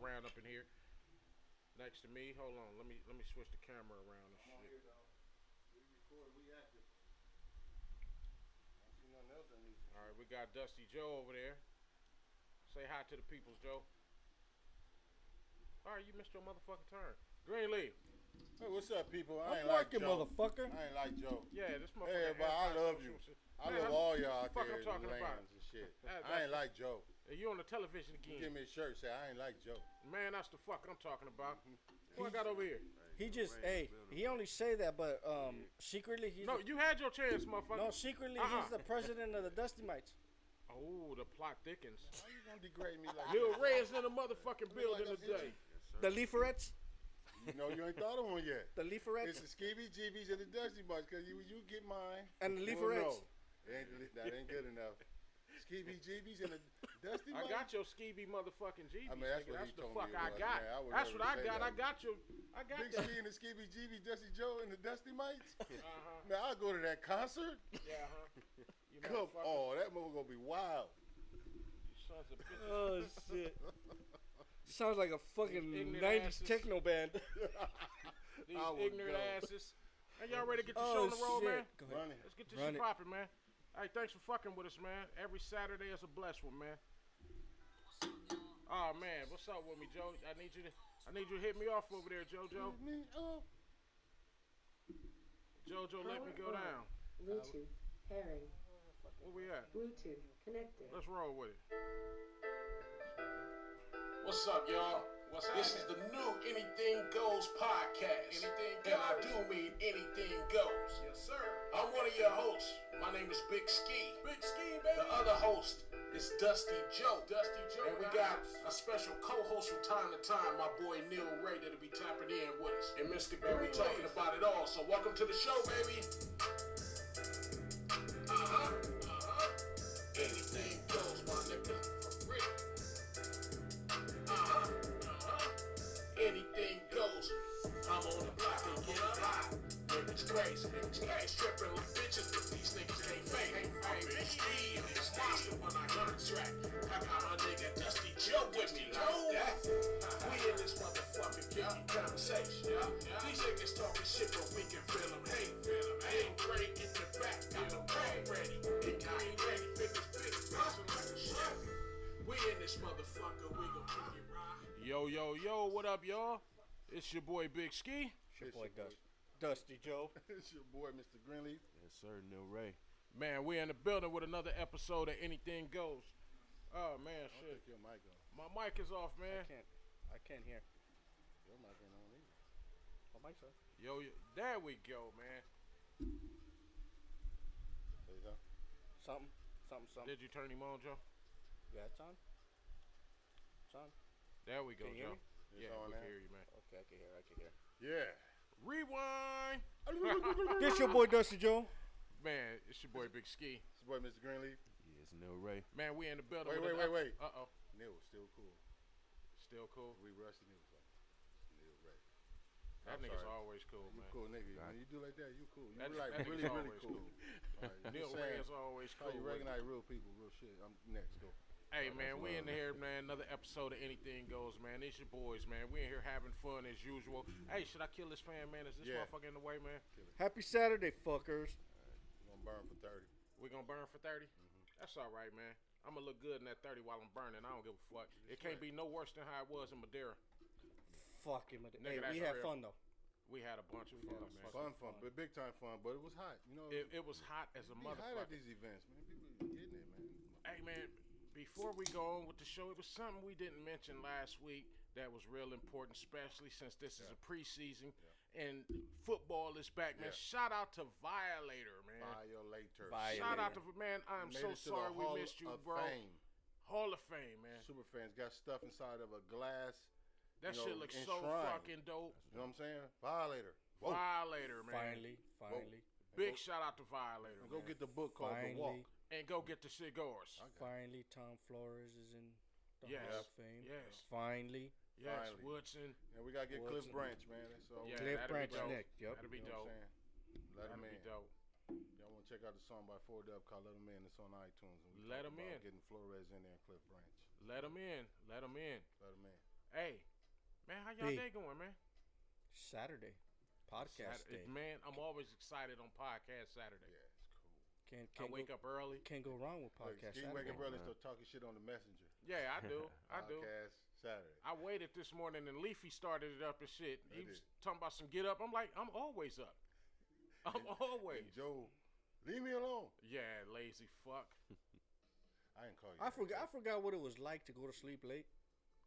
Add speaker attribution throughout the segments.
Speaker 1: stand up in here next to me. Hold on, let me let me switch the camera around and
Speaker 2: Come on
Speaker 1: shit.
Speaker 2: here, dog. We record, we active. Don't see nothing else unusual.
Speaker 1: All right, we got Dusty Joe over there. Say hi to the peoples, Joe. All right, you missed your motherfucking turn. Green Lee.
Speaker 2: Hey, what's up, people? I
Speaker 3: I'm
Speaker 2: ain't like
Speaker 3: working,
Speaker 2: Joe.
Speaker 3: motherfucker.
Speaker 2: I ain't like Joe.
Speaker 1: Yeah, this motherfucker.
Speaker 2: Hey, but I love you.
Speaker 1: Man,
Speaker 2: I love
Speaker 1: I'm-
Speaker 2: all y'all out
Speaker 1: fuck I'm
Speaker 2: there in the
Speaker 1: talking about?
Speaker 2: lands and shit.
Speaker 1: That-
Speaker 2: I
Speaker 1: that's-
Speaker 2: ain't like Joe.
Speaker 1: And you on the television
Speaker 2: You
Speaker 1: again.
Speaker 2: Give me a shirt, say I ain't like Joe.
Speaker 1: Man, that's the fuck I'm talking about. What I got over here?
Speaker 3: He just, hey, he only say that, but um, secretly he's
Speaker 1: No,
Speaker 3: the-
Speaker 1: you had your chance, motherfucker.
Speaker 3: no, secretly
Speaker 1: Uh-uh.
Speaker 3: he's the president of the Dusty Mites.
Speaker 1: Oh, the plot thickens.
Speaker 2: Why you gonna degrade me like
Speaker 1: Lil
Speaker 2: that?
Speaker 1: Ray is in the motherfucking building
Speaker 2: like a
Speaker 1: today.
Speaker 3: The Leaferettes,
Speaker 2: You know you ain't thought of one yet.
Speaker 3: the
Speaker 2: It's
Speaker 3: Leaferettes,
Speaker 2: the Skibby Jeebies and the Dusty Bunch, cause you you get mine.
Speaker 3: and the
Speaker 2: Well,
Speaker 3: Leaferettes.
Speaker 2: no. It ain't, that ain't good enough. Skibby Jeebies and the Dusty
Speaker 1: I
Speaker 2: Bunch.
Speaker 1: got your skeevy motherfucking jeebies.
Speaker 2: I mean, that's
Speaker 1: nigga.
Speaker 2: what
Speaker 1: that's
Speaker 2: he
Speaker 1: the
Speaker 2: told
Speaker 1: fuck
Speaker 2: me it
Speaker 1: I
Speaker 2: was,
Speaker 1: got.
Speaker 2: man. I would
Speaker 1: that's what I
Speaker 2: never say
Speaker 1: got.
Speaker 2: that.
Speaker 1: I got your. I got
Speaker 2: Big
Speaker 1: that.
Speaker 2: C and the Skibby Jeebies, Dusty Joe and the Dusty Mites.
Speaker 1: Uh-huh.
Speaker 2: Man, I'll go to that concert.
Speaker 1: Yeah, huh? You
Speaker 2: Come
Speaker 1: motherfuckers,
Speaker 2: on, oh, that mother gonna be wild.
Speaker 1: you sons of bitches.
Speaker 3: Oh shit! Sounds like a fucking
Speaker 1: Ignorant
Speaker 3: '90s
Speaker 1: asses.
Speaker 3: techno band.
Speaker 1: These
Speaker 2: I would
Speaker 1: ignorant
Speaker 2: go.
Speaker 1: asses. Hey, y'all ready to get this show on
Speaker 3: Oh
Speaker 1: the road, man?
Speaker 3: shit! Go ahead.
Speaker 2: Run it.
Speaker 1: Let's get this
Speaker 3: Run
Speaker 1: shit
Speaker 3: it.
Speaker 1: popping, man. Hey, thanks for fucking with us, man. Every Saturday is a blessed one, man. Oh man, what's up with me, Joe? I need you to, I need you to hit me off over there, JoJo.
Speaker 2: Me, oh,
Speaker 1: JoJo, let me go down.
Speaker 4: Bluetooth, pairing,
Speaker 1: Where we at?
Speaker 4: Bluetooth connected.
Speaker 1: Let's roll with it. What's up, y'all? What's this is the new Anything Goes podcast. Anything goes. And I do mean anything goes. Yes, sir. I'm one of your hosts. My name is Big Ski. Big Ski, baby. The other host is Dusty Joe. Dusty Joe. And we got a special co-host from time to time, my boy Neil Ray, that'll be tapping in with us. And Mr. Barry talking about it all. So welcome to the show, baby. Uh-huh. Uh-huh. Anything goes, my nigga. For real. Uh-huh. Uh-huh. Anything goes. I'm on the block and get hot. Niggas crazy, niggas crazy, stripping like bitches, but these niggas can't fake. I'm in speed, this monster when I gun track. I got my nigga Dusty Joe with me like that. We in this motherfucking kicking conversation. These niggas talking shit, but we can feel them hate. Feel them hate. Ready in the back, got the brain ready. It green ready, finish, finish, bouncing like a shot. We in this motherfucker, we gon' kick it right. Yo, yo, yo, what up, y'all? It's your boy Big Ski.
Speaker 3: Your boy Dust. Dusty Joe.
Speaker 2: it's your boy, Mr. Greenleaf.
Speaker 5: Yes, sir, Neil Ray.
Speaker 1: Man, we in the building with another episode of Anything Goes. Oh man,
Speaker 2: Don't
Speaker 1: shit.
Speaker 2: take your mic off.
Speaker 1: My mic is off,
Speaker 3: I
Speaker 1: man.
Speaker 3: can't. I can't hear.
Speaker 2: Your mic ain't on either.
Speaker 3: My mic's off.
Speaker 1: Yo, yo, there we go, man.
Speaker 2: There you go.
Speaker 3: Something. Something. Something.
Speaker 1: Did you turn him on, Joe?
Speaker 3: Yeah, it's on. It's on.
Speaker 1: There we go,
Speaker 3: Can you hear
Speaker 1: Joe.
Speaker 3: me?
Speaker 2: It's
Speaker 1: Yeah, we
Speaker 2: on now.
Speaker 1: can hear you, man.
Speaker 3: Okay, I can hear. I can hear.
Speaker 2: Yeah.
Speaker 1: Rewind,
Speaker 3: This your boy Dusty Joe.
Speaker 1: man. It's your boy Big Ski.
Speaker 2: It's your boy, Mr. Greenleaf.
Speaker 5: Yeah, it's Neil Ray.
Speaker 1: Man, we in the building.
Speaker 2: Wait,
Speaker 1: with
Speaker 2: wait,
Speaker 1: an-
Speaker 2: wait, wait.
Speaker 1: Uh oh,
Speaker 2: Neil was still cool.
Speaker 1: still cool.
Speaker 2: We rushed and he was like, Neil Ray.
Speaker 1: That
Speaker 5: I'm
Speaker 1: nigga's
Speaker 5: sorry.
Speaker 1: always cool,
Speaker 2: You
Speaker 1: Oh, man.
Speaker 2: cool nigga.
Speaker 5: Nah.
Speaker 2: When you do like that, you cool. You
Speaker 1: That-
Speaker 2: like
Speaker 1: that
Speaker 2: really,
Speaker 1: nigga's always
Speaker 2: really cool. All right,
Speaker 1: Neil
Speaker 2: just
Speaker 1: Ray
Speaker 2: saying
Speaker 1: is always
Speaker 2: How
Speaker 1: cool. with
Speaker 2: you
Speaker 1: it.
Speaker 2: recognize Oh, real people, real shit. I'm next. Go.
Speaker 1: Hey man, we in here, man. Another episode of Anything Goes, man. It's your boys, man. We in here having fun as usual. Hey, should I kill this fan, man? Is this
Speaker 2: Yeah.
Speaker 1: motherfucker in the way, man?
Speaker 3: Happy Saturday, fuckers.
Speaker 2: You gonna burn for thirty.
Speaker 1: We gonna burn for 30 That's all right, man. I'm gonna look good in that thirty while I'm burning. I don't give a fuck. It can't be no worse than how it was in Madeira.
Speaker 3: Fuck him. Hey,
Speaker 1: that's
Speaker 3: we had
Speaker 1: real.
Speaker 3: fun though.
Speaker 1: We had a bunch of fun, man.
Speaker 2: Fun, fun, but big time fun. But it was hot. You know,
Speaker 1: It, it was hot as a
Speaker 2: be hot at
Speaker 1: motherfucker.
Speaker 2: these events, man. People getting it, man.
Speaker 1: Hey man, before we go on with the show, it was something we didn't mention last week that was real important, especially since this is a preseason and football is back, man.
Speaker 2: Yeah.
Speaker 1: Shout out to Violator, man.
Speaker 2: Violator.
Speaker 3: Violator.
Speaker 1: Shout out to man, I am
Speaker 2: Made
Speaker 1: so
Speaker 2: it to the
Speaker 1: sorry we
Speaker 2: Hall
Speaker 1: missed you,
Speaker 2: of
Speaker 1: bro.
Speaker 2: Fame.
Speaker 1: Hall of Fame, man.
Speaker 2: Super fans got stuff inside of a glass.
Speaker 1: That
Speaker 2: you know,
Speaker 1: shit looks so
Speaker 2: enshrined.
Speaker 1: fucking dope.
Speaker 2: You know what I'm saying? Violator. Whoa.
Speaker 1: Violator, man.
Speaker 3: Finally, finally,
Speaker 1: Big shout out to Violator.
Speaker 2: Go
Speaker 1: man.
Speaker 2: get the book called
Speaker 3: Finally.
Speaker 2: The Walk.
Speaker 1: and go get the cigars.
Speaker 3: finally, Tom Flores is in the
Speaker 1: Yes.
Speaker 3: Hall of Fame.
Speaker 1: Yes.
Speaker 3: Finally,
Speaker 1: Yes,
Speaker 2: Finally.
Speaker 1: Woodson.
Speaker 2: And we gotta get
Speaker 3: What's
Speaker 2: Cliff
Speaker 3: in-
Speaker 2: Branch, man. That's all.
Speaker 1: Yeah,
Speaker 2: Cliff,
Speaker 3: Cliff
Speaker 1: that'd
Speaker 3: Branch
Speaker 1: be dope.
Speaker 3: next. Yep.
Speaker 1: That'd be
Speaker 2: you
Speaker 1: dope.
Speaker 2: know what I'm saying? Let him
Speaker 1: That'd be
Speaker 2: in.
Speaker 1: dope.
Speaker 2: Y'all want to check out the song by Four Dub called "Let 'Em In." It's on iTunes. And we
Speaker 1: Let 'Em
Speaker 2: talked about
Speaker 1: In.
Speaker 2: Getting Flores in there and Cliff Branch.
Speaker 1: Let them in. Let them in.
Speaker 2: Let 'Em in.
Speaker 1: Hey, y'all
Speaker 3: Big.
Speaker 1: day going, man?
Speaker 3: Saturday, podcast
Speaker 1: Saturday- Mm-hmm. Man,
Speaker 3: day.
Speaker 1: I'm always excited on podcast Saturday.
Speaker 2: Yeah, it's cool.
Speaker 3: Can't
Speaker 1: I
Speaker 3: can't
Speaker 1: wake
Speaker 3: go,
Speaker 1: up early.
Speaker 3: Can't go wrong with
Speaker 2: Look,
Speaker 3: podcast
Speaker 2: Ski
Speaker 3: Saturday.
Speaker 2: Wagon Brothers
Speaker 5: man.
Speaker 2: start talking shit on the messenger.
Speaker 1: Yeah, I do. I do.
Speaker 2: Podcast Saturday.
Speaker 1: I waited this morning and Leafy started it up and shit. He
Speaker 2: I
Speaker 1: was
Speaker 2: did.
Speaker 1: talking about some get up. I'm like, I'm always up. I'm
Speaker 2: And-
Speaker 1: always.
Speaker 2: And Joe, leave me alone.
Speaker 1: Yeah, lazy fuck.
Speaker 2: I didn't call you.
Speaker 3: I
Speaker 2: that,
Speaker 3: forgot. I
Speaker 2: Joe.
Speaker 3: forgot what it was like to go to sleep late,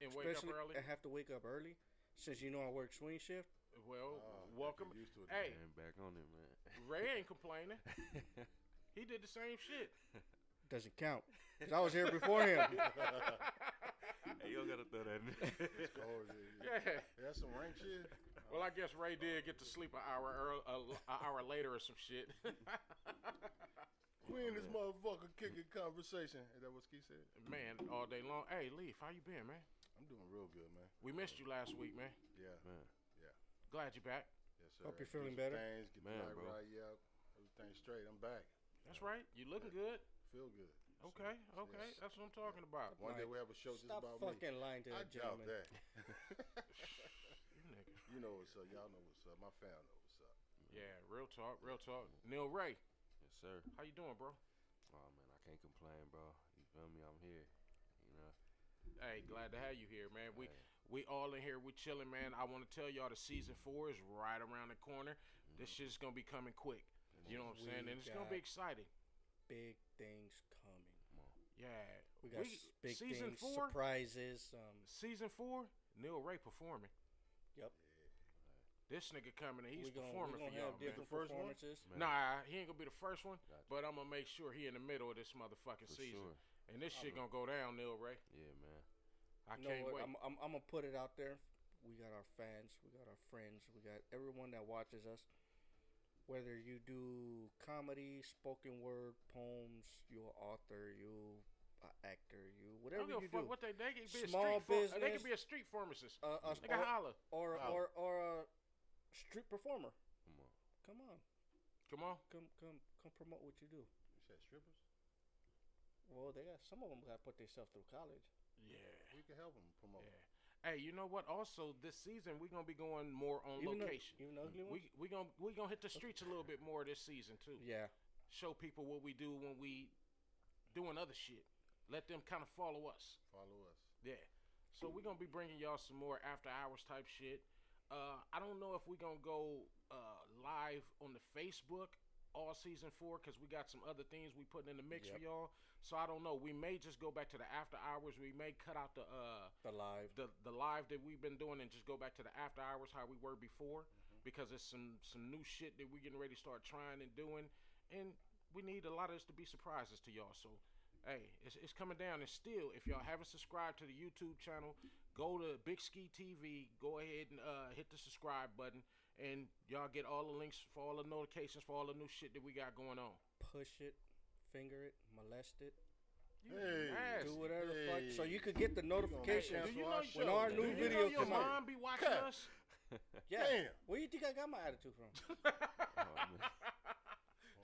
Speaker 1: And wake up
Speaker 3: especially
Speaker 1: early.
Speaker 3: and have to wake up early. Since you know I work swing shift,
Speaker 1: Well,
Speaker 2: Oh, I got
Speaker 1: welcome.
Speaker 2: used to it.
Speaker 1: Hey,
Speaker 5: Man, back on it, man.
Speaker 1: Ray ain't complaining. He did the same shit.
Speaker 3: doesn't count. 'Cause I was here before him.
Speaker 5: hey, you don't gotta throw that in.
Speaker 2: It's cold, yeah, yeah.
Speaker 1: yeah.
Speaker 2: That's some rank shit.
Speaker 1: Well, I guess Ray did get to sleep an hour early, an hour later or some shit.
Speaker 2: We in this motherfucker kicking conversation. Is that what Ski said?
Speaker 1: man, all day long. Hey, Leaf, how you been, man?
Speaker 2: I'm doing real good, man.
Speaker 1: We missed you last week, man.
Speaker 2: Yeah,
Speaker 5: man,
Speaker 1: Glad you back.
Speaker 2: yes sir.
Speaker 3: Hope you're
Speaker 2: Do
Speaker 3: feeling
Speaker 2: some
Speaker 3: better.
Speaker 2: Things, get
Speaker 5: Man,
Speaker 2: the
Speaker 5: bro.
Speaker 2: bro. Right, yeah, everything straight. I'm back.
Speaker 1: That's right. You looking good?
Speaker 2: Feel good.
Speaker 1: Okay, okay.
Speaker 2: Yes.
Speaker 1: That's what I'm talking about.
Speaker 2: One day
Speaker 3: Right.
Speaker 2: we have a show just
Speaker 3: Stop
Speaker 2: about me.
Speaker 3: fucking lying to
Speaker 2: I
Speaker 3: that
Speaker 2: doubt
Speaker 3: gentleman.
Speaker 2: that.
Speaker 1: You niggas.
Speaker 2: you know what's up. Y'all know what's up. My family know what's up.
Speaker 1: Yeah, real talk, real talk. Neil Ray,
Speaker 5: yes, sir.
Speaker 1: how you doing, bro?
Speaker 5: Oh man, I can't complain, bro. You feel me? I'm here. You know.
Speaker 1: Hey, glad to have you here, man. We
Speaker 5: Hey.
Speaker 1: we all in here. We chilling, man. I want to tell y'all the season four is right around the corner. This shit's gonna be coming quick.
Speaker 5: Mm-hmm.
Speaker 1: You know what I'm saying?
Speaker 3: We
Speaker 1: And it's gonna be
Speaker 3: got-
Speaker 1: exciting.
Speaker 3: Big things coming.
Speaker 1: Yeah.
Speaker 3: We got s- big
Speaker 1: season
Speaker 3: things,
Speaker 1: four.
Speaker 3: surprises. Um,
Speaker 1: Season four. Neil Ray performing.
Speaker 3: Yep.
Speaker 1: This nigga coming and he's
Speaker 3: we gonna,
Speaker 1: performing
Speaker 3: we gonna
Speaker 1: for y'all, man.
Speaker 3: have different
Speaker 2: The first one?
Speaker 3: performances.
Speaker 5: Man,
Speaker 1: Nah, he ain't gonna be the first one,
Speaker 5: Gotcha.
Speaker 1: but I'm gonna make sure he in the middle of this motherfucking
Speaker 5: for
Speaker 1: season.
Speaker 5: sure.
Speaker 1: And this shit gonna go down, Neil Ray.
Speaker 5: Yeah, man.
Speaker 1: I
Speaker 3: You know
Speaker 1: can't
Speaker 3: what?
Speaker 1: wait.
Speaker 3: I'm, I'm, I'm gonna put it out there. We got our fans, we got our friends, we got everyone that watches us. Whether you do comedy, spoken word, poems, you an author, you an actor, you
Speaker 1: I
Speaker 3: whatever
Speaker 1: don't give
Speaker 3: you
Speaker 1: a fuck
Speaker 3: do,
Speaker 1: what they they could be a
Speaker 3: Small
Speaker 1: street pharm- they
Speaker 3: business.
Speaker 1: could be a street pharmacist.
Speaker 3: uh, uh,
Speaker 1: They can holler.
Speaker 3: or, or,
Speaker 1: Oh.
Speaker 2: Wow.
Speaker 3: or or a street performer.
Speaker 5: Come on.
Speaker 1: Come
Speaker 3: Come on,
Speaker 1: on.
Speaker 3: come come come promote what you do.
Speaker 2: You said strippers?
Speaker 3: Well, they got some of them got to put themselves through college.
Speaker 1: Yeah.
Speaker 2: We can help them promote.
Speaker 1: Hey, you know what? Also, this season we're gonna be going more on
Speaker 3: Even though-
Speaker 1: location.
Speaker 3: even ugly ones.
Speaker 1: we we gonna we gonna hit the streets a little bit more this season too.
Speaker 3: yeah,
Speaker 1: Show people what we do when we doing other shit. Let them kind of follow us.
Speaker 2: Follow us.
Speaker 1: Yeah. So we're gonna be bringing y'all some more after hours type shit. Uh, I don't know if we're gonna go uh, live on the Facebook all season four because we got some other things we putting in the mix for
Speaker 3: Yep.
Speaker 1: y'all. So I don't know. We may just go back to the after hours. We may cut out the uh,
Speaker 3: the live.
Speaker 1: the the live that we've been doing and just go back to the after hours how we were before because it's some some new shit that we're getting ready to start trying and doing and we need a lot of this to be surprises to y'all so hey it's, it's coming down and still if y'all haven't subscribed to the youtube channel go to big ski tv go ahead and uh, hit the subscribe button and y'all get all the links for all the notifications for all the new shit that we got going on
Speaker 3: Push it, finger it, molest it.
Speaker 1: You
Speaker 2: Hey,
Speaker 1: nasty.
Speaker 3: do whatever the fuck. So
Speaker 2: Hey.
Speaker 3: you could get the notification.
Speaker 1: Hey, do you
Speaker 2: Cancel
Speaker 1: know, when our
Speaker 2: our show, man.
Speaker 1: new
Speaker 2: Do you know
Speaker 1: video
Speaker 2: your
Speaker 1: come out?
Speaker 2: mom
Speaker 1: be watching
Speaker 2: Cut.
Speaker 1: us?
Speaker 3: Yeah.
Speaker 2: Damn.
Speaker 3: Where you think I got my attitude from?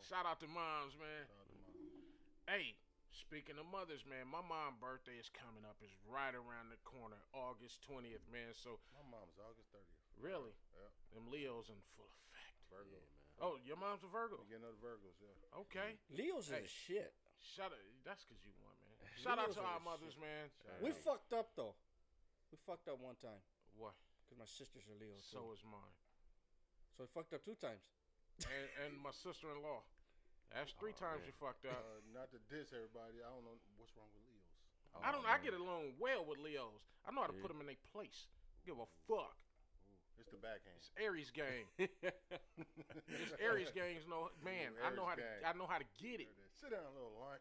Speaker 1: Shout out to moms, man.
Speaker 2: Shout out to my-
Speaker 1: Hey, speaking of mothers, man, my mom' birthday is coming up. It's right around the corner, August 20th, man. So,
Speaker 2: My mom's August 30th.
Speaker 1: really,
Speaker 2: Yep.
Speaker 1: them Leos in full effect.
Speaker 2: Virgo.
Speaker 1: Oh, your mom's a Virgo?
Speaker 2: Beginning of the Virgos, yeah.
Speaker 1: Okay.
Speaker 3: Leo's
Speaker 1: Hey.
Speaker 3: is shit.
Speaker 1: Shout out. That's because you won, man. Shout out
Speaker 3: Leos
Speaker 1: to
Speaker 3: are
Speaker 1: our
Speaker 3: the
Speaker 1: mothers, man.
Speaker 2: Shout
Speaker 3: We
Speaker 2: out.
Speaker 3: fucked up though. We fucked up one time
Speaker 1: What?
Speaker 3: because my sisters are Leo. So
Speaker 1: So is mine.
Speaker 3: so we fucked up two times.
Speaker 1: And, and my sister in law. That's three
Speaker 5: Aw,
Speaker 1: times
Speaker 5: man.
Speaker 1: you fucked up.
Speaker 2: Uh, not to diss everybody. I don't know what's wrong with Leos.
Speaker 5: Oh,
Speaker 1: I don't. I get along well with Leos. I know how to put 'em put them in their place. Give a fuck.
Speaker 2: Ooh, it's the backhand.
Speaker 1: It's Aries gang. This
Speaker 2: it's
Speaker 1: Aries gangs know man,
Speaker 2: Ooh,
Speaker 1: I know
Speaker 2: Aries
Speaker 1: how to
Speaker 2: gang.
Speaker 1: I know how to get it.
Speaker 2: Sit down, little Lauren.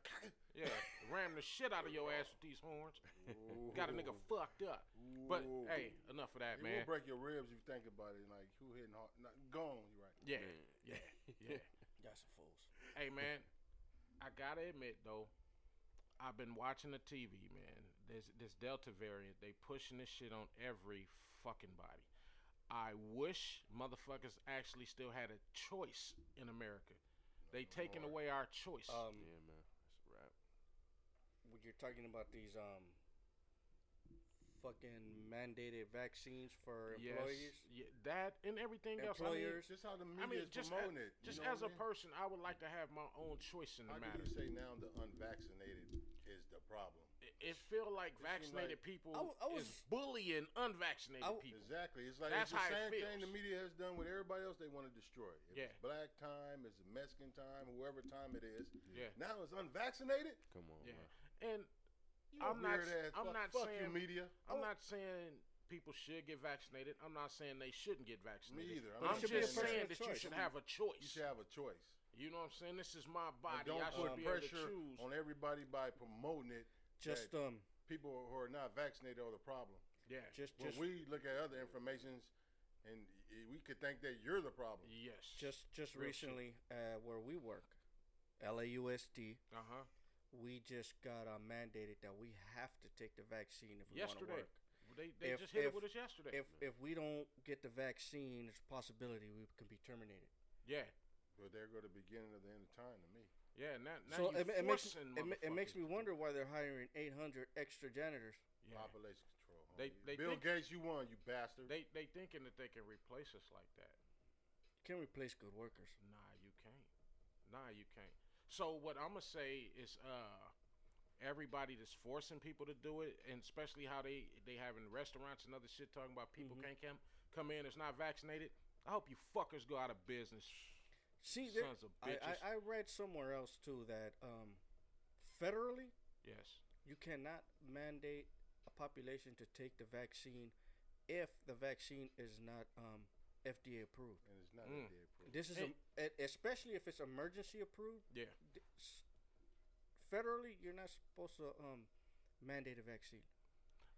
Speaker 1: Yeah. Ram the shit out of your ass with these horns. Got a nigga fucked up. But
Speaker 2: Ooh.
Speaker 1: hey, enough of that,
Speaker 2: it
Speaker 1: man.
Speaker 2: will break your ribs if you think about it. Like who hitting hard? Not, gone. You right?
Speaker 1: Yeah,
Speaker 5: Man.
Speaker 1: yeah, yeah.
Speaker 3: Y'all some fools.
Speaker 1: hey man, I gotta admit though, I've been watching the TV, man. This this Delta variant, they pushing this shit on every fucking body. I wish motherfuckers actually still had a choice in America. They taking away
Speaker 2: Lord.
Speaker 1: our choice.
Speaker 3: Um,
Speaker 5: Yeah, man. That's a wrap.
Speaker 3: when you're talking about these um fucking mandated vaccines for
Speaker 1: Yes,
Speaker 3: employees.
Speaker 1: yeah, that and everything
Speaker 3: Employers.
Speaker 2: It's just how the media
Speaker 1: mean,
Speaker 2: is
Speaker 1: just a-
Speaker 2: promoting it.
Speaker 1: else. I
Speaker 2: you
Speaker 1: mean, just
Speaker 2: know
Speaker 1: as a
Speaker 2: what I mean?
Speaker 1: person, I would like to have my own choice in the
Speaker 2: How can
Speaker 1: matter.
Speaker 2: you say now the unvaccinated is the problem?
Speaker 1: It- It feel like
Speaker 2: seem
Speaker 1: vaccinated
Speaker 2: like-
Speaker 1: people
Speaker 3: I w- I
Speaker 1: is
Speaker 3: was-
Speaker 1: bullying unvaccinated
Speaker 3: I w-
Speaker 1: people.
Speaker 2: Exactly. It's like
Speaker 1: That's
Speaker 2: it's the
Speaker 1: how it
Speaker 2: same thing the
Speaker 1: feels.
Speaker 2: media has done with everybody else they want to destroy. If
Speaker 1: Yeah.
Speaker 2: It's black time, it's Mexican time, whoever time it is.
Speaker 1: Yeah.
Speaker 2: Now it's unvaccinated?
Speaker 5: Come on,
Speaker 1: Yeah.
Speaker 5: man.
Speaker 1: And
Speaker 2: You
Speaker 1: I'm not
Speaker 2: weird
Speaker 1: s-
Speaker 2: ass
Speaker 1: I'm
Speaker 2: fuck,
Speaker 1: not
Speaker 2: fuck
Speaker 1: saying-
Speaker 2: you media.
Speaker 3: Oh.
Speaker 1: I'm not saying people should get vaccinated. I'm not saying they shouldn't get vaccinated.
Speaker 2: either. I'm
Speaker 1: I'm
Speaker 2: not saying
Speaker 1: just
Speaker 2: that.
Speaker 1: saying
Speaker 3: Personal
Speaker 1: that you
Speaker 3: choice.
Speaker 1: should have a
Speaker 2: You
Speaker 1: choice.
Speaker 2: should have a choice.
Speaker 1: You know what I'm saying? This is my
Speaker 2: And
Speaker 1: body.
Speaker 2: don't
Speaker 1: I
Speaker 2: put
Speaker 1: should be able to
Speaker 2: pressure
Speaker 1: choose.
Speaker 2: on everybody by promoting it.
Speaker 3: Just
Speaker 2: that
Speaker 3: um,
Speaker 2: people who are not vaccinated are the problem.
Speaker 1: Yeah.
Speaker 3: just
Speaker 2: When
Speaker 3: just
Speaker 2: we look at other informations, and y- we could think that you're the problem.
Speaker 1: Yes.
Speaker 3: just just
Speaker 1: Real shit.
Speaker 3: recently uh, where we work, LAUSD,
Speaker 1: Uh huh.
Speaker 3: we just got uh, mandated that we have to take the vaccine if we want to
Speaker 1: Yesterday.
Speaker 3: work.
Speaker 1: They, they
Speaker 3: If-
Speaker 1: just hit it
Speaker 3: if-
Speaker 1: with us yesterday.
Speaker 3: If if we don't get the vaccine, there's a possibility we can be terminated.
Speaker 1: yeah.
Speaker 2: But they're going to beginning of the end of time to me.
Speaker 1: Yeah. Now, now
Speaker 3: so
Speaker 1: you
Speaker 3: it, it makes
Speaker 1: forcing
Speaker 3: it, ma- it makes
Speaker 1: motherfuckers
Speaker 3: me
Speaker 1: to do
Speaker 3: wonder why they're hiring 800 extra janitors.
Speaker 1: it. Yeah.
Speaker 2: Population control.
Speaker 1: They-
Speaker 2: homie.
Speaker 1: they
Speaker 2: Bill
Speaker 1: think-
Speaker 2: Gates, you won, you bastard.
Speaker 1: They they thinking that they can replace us like that.
Speaker 3: Can't replace good workers.
Speaker 1: Nah, you can't. Nah, you can't. So what I'm gonna say is, uh, everybody that's forcing people to do it, and especially how they they having restaurants and other shit talking about people
Speaker 3: Mhm.
Speaker 1: can't come come in that's not vaccinated. I hope you fuckers go out of business,
Speaker 3: See, there,
Speaker 1: sons of
Speaker 3: I,
Speaker 1: bitches.
Speaker 3: I, I read somewhere else too that um, federally
Speaker 1: yes,
Speaker 3: you cannot mandate a population to take the vaccine if the vaccine is not um, FDA approved.
Speaker 2: and it's not
Speaker 1: Mm.
Speaker 2: that they approved.
Speaker 3: This is
Speaker 1: Hey.
Speaker 3: a, e- especially if it's emergency approved.
Speaker 1: yeah,
Speaker 3: d- s- Federally, you're not supposed to um, mandate a vaccine.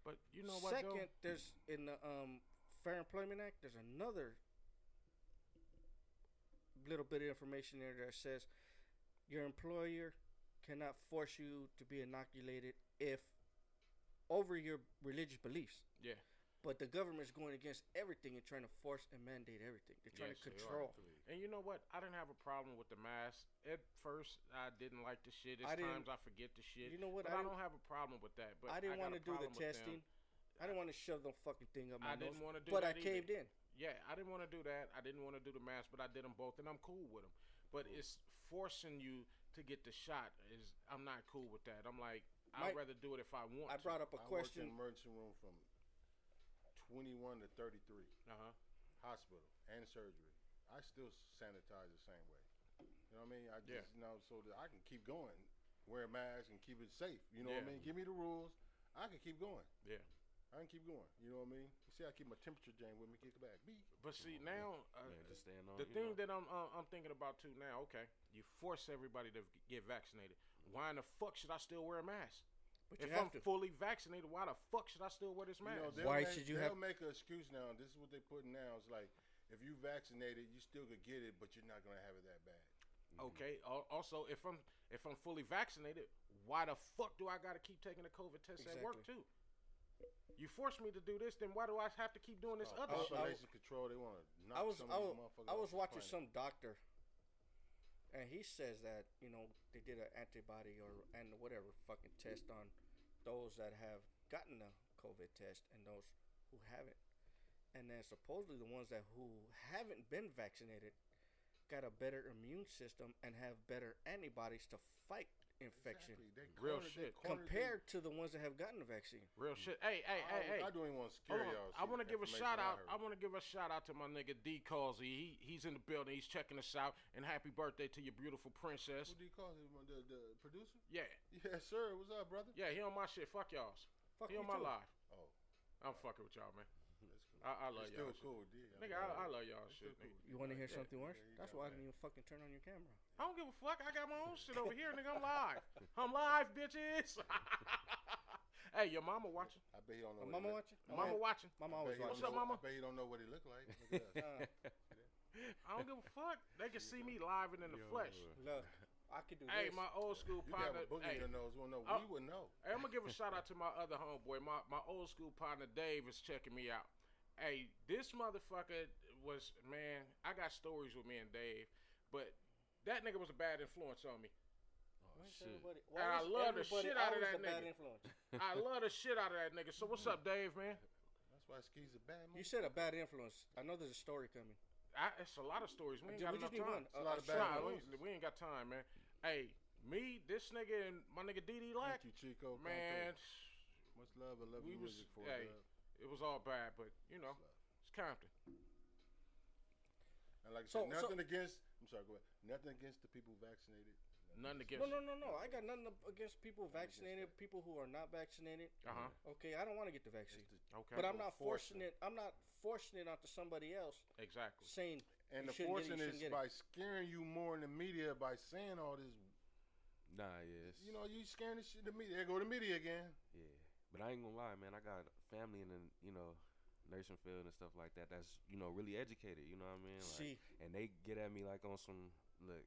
Speaker 1: but you know what? though?
Speaker 3: Second, there's in the um, Fair Employment Act, there's another little bit of information there that says your employer cannot force you to be inoculated if over your religious beliefs.
Speaker 1: Yeah.
Speaker 3: But the government's going against everything and trying to force and mandate everything. They're trying
Speaker 1: Yes,
Speaker 3: to
Speaker 1: they are.
Speaker 3: control.
Speaker 1: And you know what? I didn't have a problem with the mask. At first, I didn't like the shit. At
Speaker 3: I didn't-
Speaker 1: times, I forget the shit.
Speaker 3: You know what?
Speaker 1: But
Speaker 3: I
Speaker 1: I,
Speaker 3: didn't-
Speaker 1: don't have a problem with that. But
Speaker 3: I didn't
Speaker 1: want to
Speaker 3: do the testing. I didn't want to shove the fucking thing up my
Speaker 1: I
Speaker 3: nose.
Speaker 1: didn't want to do
Speaker 3: but I
Speaker 1: that either.
Speaker 3: caved in.
Speaker 1: Yeah, I didn't want to do that. I didn't want to do the mask, but I did them both, and I'm cool with them. But it's forcing you to get the shot. Is I'm not cool with that. I'm like, I'd
Speaker 3: Mike,
Speaker 1: rather do it if I want.
Speaker 3: I brought up a
Speaker 2: I
Speaker 3: question.
Speaker 2: worked in emergency room from 21 to 33,
Speaker 1: Uh huh.
Speaker 2: hospital and surgery. I still sanitize the same way. You know what I mean? I just
Speaker 1: Yeah.
Speaker 2: you know so that I can keep going, wear a mask and keep it safe. You know what
Speaker 1: Yeah.
Speaker 2: I mean? Give me the rules. I can keep going.
Speaker 1: Yeah.
Speaker 2: I can keep going. You know what I mean? You see, I keep my temperature jam with me. Kick back. Beep.
Speaker 1: But see
Speaker 5: on, man.
Speaker 1: now, uh,
Speaker 5: Man, just stand on.
Speaker 1: the
Speaker 5: you
Speaker 1: thing
Speaker 5: know.
Speaker 1: that I'm uh, I'm thinking about too now. Okay, you force everybody to get vaccinated. Why in the fuck should I still wear a mask?
Speaker 3: But
Speaker 1: If
Speaker 3: you have
Speaker 1: I'm
Speaker 3: to.
Speaker 1: fully vaccinated, why the fuck should I still wear this
Speaker 2: You know,
Speaker 1: mask?
Speaker 2: they'll
Speaker 3: Why
Speaker 2: make-
Speaker 3: should you
Speaker 2: they'll
Speaker 3: have-
Speaker 2: make an excuse now? This is what they put now. It's like if you vaccinated, you still could get it, but you're not gonna have it that bad.
Speaker 1: okay. al- Also, if I'm if I'm fully vaccinated, why the fuck do I got to keep taking the COVID test at work too? You forced me to do this, then why do I have to keep doing this
Speaker 2: It's
Speaker 1: other shit?
Speaker 2: population control. They want to knock
Speaker 3: I was
Speaker 2: some
Speaker 3: I
Speaker 2: of
Speaker 3: was,
Speaker 2: these motherfuckers
Speaker 3: I was
Speaker 2: off the
Speaker 3: watching
Speaker 2: planet.
Speaker 3: some doctor, and he says that you know they did an antibody or and whatever fucking test on those that have gotten the COVID test and those who haven't, and then supposedly the ones that who haven't been vaccinated got a better immune system and have better antibodies to fight infection
Speaker 2: Exactly. They
Speaker 1: Real
Speaker 2: cornered- they
Speaker 1: shit.
Speaker 2: cornered the-
Speaker 3: compared to the ones that have gotten the vaccine.
Speaker 1: Real shit. Hey, hey,
Speaker 2: I,
Speaker 1: hey, hey.
Speaker 2: Oh, I don't even want to
Speaker 1: Hold
Speaker 2: scare
Speaker 1: on.
Speaker 2: y'all.
Speaker 1: I want to
Speaker 2: shit,
Speaker 1: give a
Speaker 2: information
Speaker 1: shout out.
Speaker 2: heard.
Speaker 1: I want to give a shout out to my nigga D Causey. He he's in the building. He's checking us out. And happy birthday to your beautiful princess.
Speaker 2: Who do you call him? The, the producer?
Speaker 1: Yeah,
Speaker 2: Yeah, sir. What's up, brother?
Speaker 1: yeah. He on my shit. Fuck y'all's.
Speaker 3: Fuck
Speaker 1: he
Speaker 3: you
Speaker 1: on my
Speaker 3: too.
Speaker 1: live.
Speaker 2: Oh,
Speaker 1: I'm fucking with y'all, man.
Speaker 5: Mm-hmm.
Speaker 2: that's
Speaker 1: I,
Speaker 2: cool.
Speaker 1: I
Speaker 2: It's
Speaker 1: love
Speaker 2: still
Speaker 1: y'all.
Speaker 2: cool, dude.
Speaker 1: Shit. Nigga, I, I love y'all shit. Nigga.
Speaker 3: You want to hear
Speaker 1: Yeah.
Speaker 3: something worse?
Speaker 2: Yeah, you
Speaker 3: That's
Speaker 2: got
Speaker 3: why I
Speaker 2: that.
Speaker 3: didn't even fucking turn on your camera.
Speaker 1: I don't give a fuck. I got my own shit over here, nigga. I'm live. I'm live, bitches. hey, your mama watching?
Speaker 2: I bet he don't know. what
Speaker 3: My mama
Speaker 2: he look-
Speaker 3: watching?
Speaker 1: Mama watching?
Speaker 2: I bet
Speaker 3: Mama
Speaker 2: he don't
Speaker 3: always watching.
Speaker 1: What's up,
Speaker 2: know-
Speaker 1: mama?
Speaker 2: I bet he don't know what he look like. Look at us.
Speaker 3: Uh,
Speaker 1: I don't give a fuck. They can see me live and in the
Speaker 5: Yo,
Speaker 1: flesh.
Speaker 3: Look, I could do
Speaker 1: Hey,
Speaker 3: this.
Speaker 1: my old school
Speaker 2: You got
Speaker 1: partner.
Speaker 2: a boogie
Speaker 1: Hey,
Speaker 2: in your nose. We'll know.
Speaker 1: Oh.
Speaker 2: We would know.
Speaker 1: Hey, I'm gonna give a shout out to my other homeboy. My my old school partner Dave is checking me out. Hey, this motherfucker was man. I got stories with me and Dave, but that nigga was a bad influence on me.
Speaker 3: Why is
Speaker 5: Oh, shit.
Speaker 3: everybody? Why
Speaker 1: And I
Speaker 3: is
Speaker 1: love the
Speaker 3: everybody
Speaker 1: shit out of
Speaker 3: always
Speaker 1: that
Speaker 3: a bad
Speaker 1: nigga.
Speaker 3: influence?
Speaker 1: I love the shit out of that nigga. So what's up, Dave, man?
Speaker 2: That's why Skeet's a bad motherfucker.
Speaker 3: You said a bad influence. I know there's a story coming.
Speaker 1: I, it's a lot of stories. We ain't
Speaker 3: Dude,
Speaker 1: got
Speaker 3: we
Speaker 1: enough
Speaker 3: just need
Speaker 1: time.
Speaker 3: one.
Speaker 2: It's a lot of
Speaker 3: Uh,
Speaker 2: bad
Speaker 3: shot.
Speaker 1: Nah, we,
Speaker 2: influence.
Speaker 1: ain't- we ain't got time, man. Hey, me, this nigga, and my nigga DD Lack,
Speaker 2: Thank you, Chico. Come
Speaker 1: man,
Speaker 2: through. Much love. I love
Speaker 1: we
Speaker 2: your
Speaker 1: was-
Speaker 2: music for
Speaker 1: hey,
Speaker 2: it.
Speaker 1: it
Speaker 2: dog.
Speaker 1: was all bad, but you know,
Speaker 2: Much love.
Speaker 1: it's Compton.
Speaker 2: And like I
Speaker 3: So-
Speaker 2: said,
Speaker 3: so-
Speaker 2: nothing against. I'm sorry. Go ahead. Nothing against the people vaccinated.
Speaker 1: Nothing against.
Speaker 3: No, no, no, no. I got nothing ab- against people
Speaker 2: Nothing against
Speaker 3: vaccinated, people who are not vaccinated.
Speaker 1: Uh huh.
Speaker 3: Okay, I don't want to get the
Speaker 2: It's
Speaker 3: vaccine,
Speaker 2: the-
Speaker 1: Okay.
Speaker 3: but I'm
Speaker 2: Well,
Speaker 3: not
Speaker 2: forcing
Speaker 3: forcing
Speaker 2: it.
Speaker 3: it. I'm not forcing it onto somebody else,
Speaker 1: exactly.
Speaker 3: saying
Speaker 2: and
Speaker 3: You
Speaker 2: the
Speaker 3: shouldn't get it, you
Speaker 2: fortune
Speaker 3: shouldn't
Speaker 2: is
Speaker 3: get it.
Speaker 2: by scaring you more in the media by saying all this.
Speaker 5: Nah, yes.
Speaker 2: You know, you scaring this shit to media. There go the media again.
Speaker 5: Yeah, but I ain't gonna lie, man. I got family in the you know nursing field and stuff like that. That's you know really educated. You know what I mean? Like,
Speaker 3: see.
Speaker 5: and they get at me like on some look.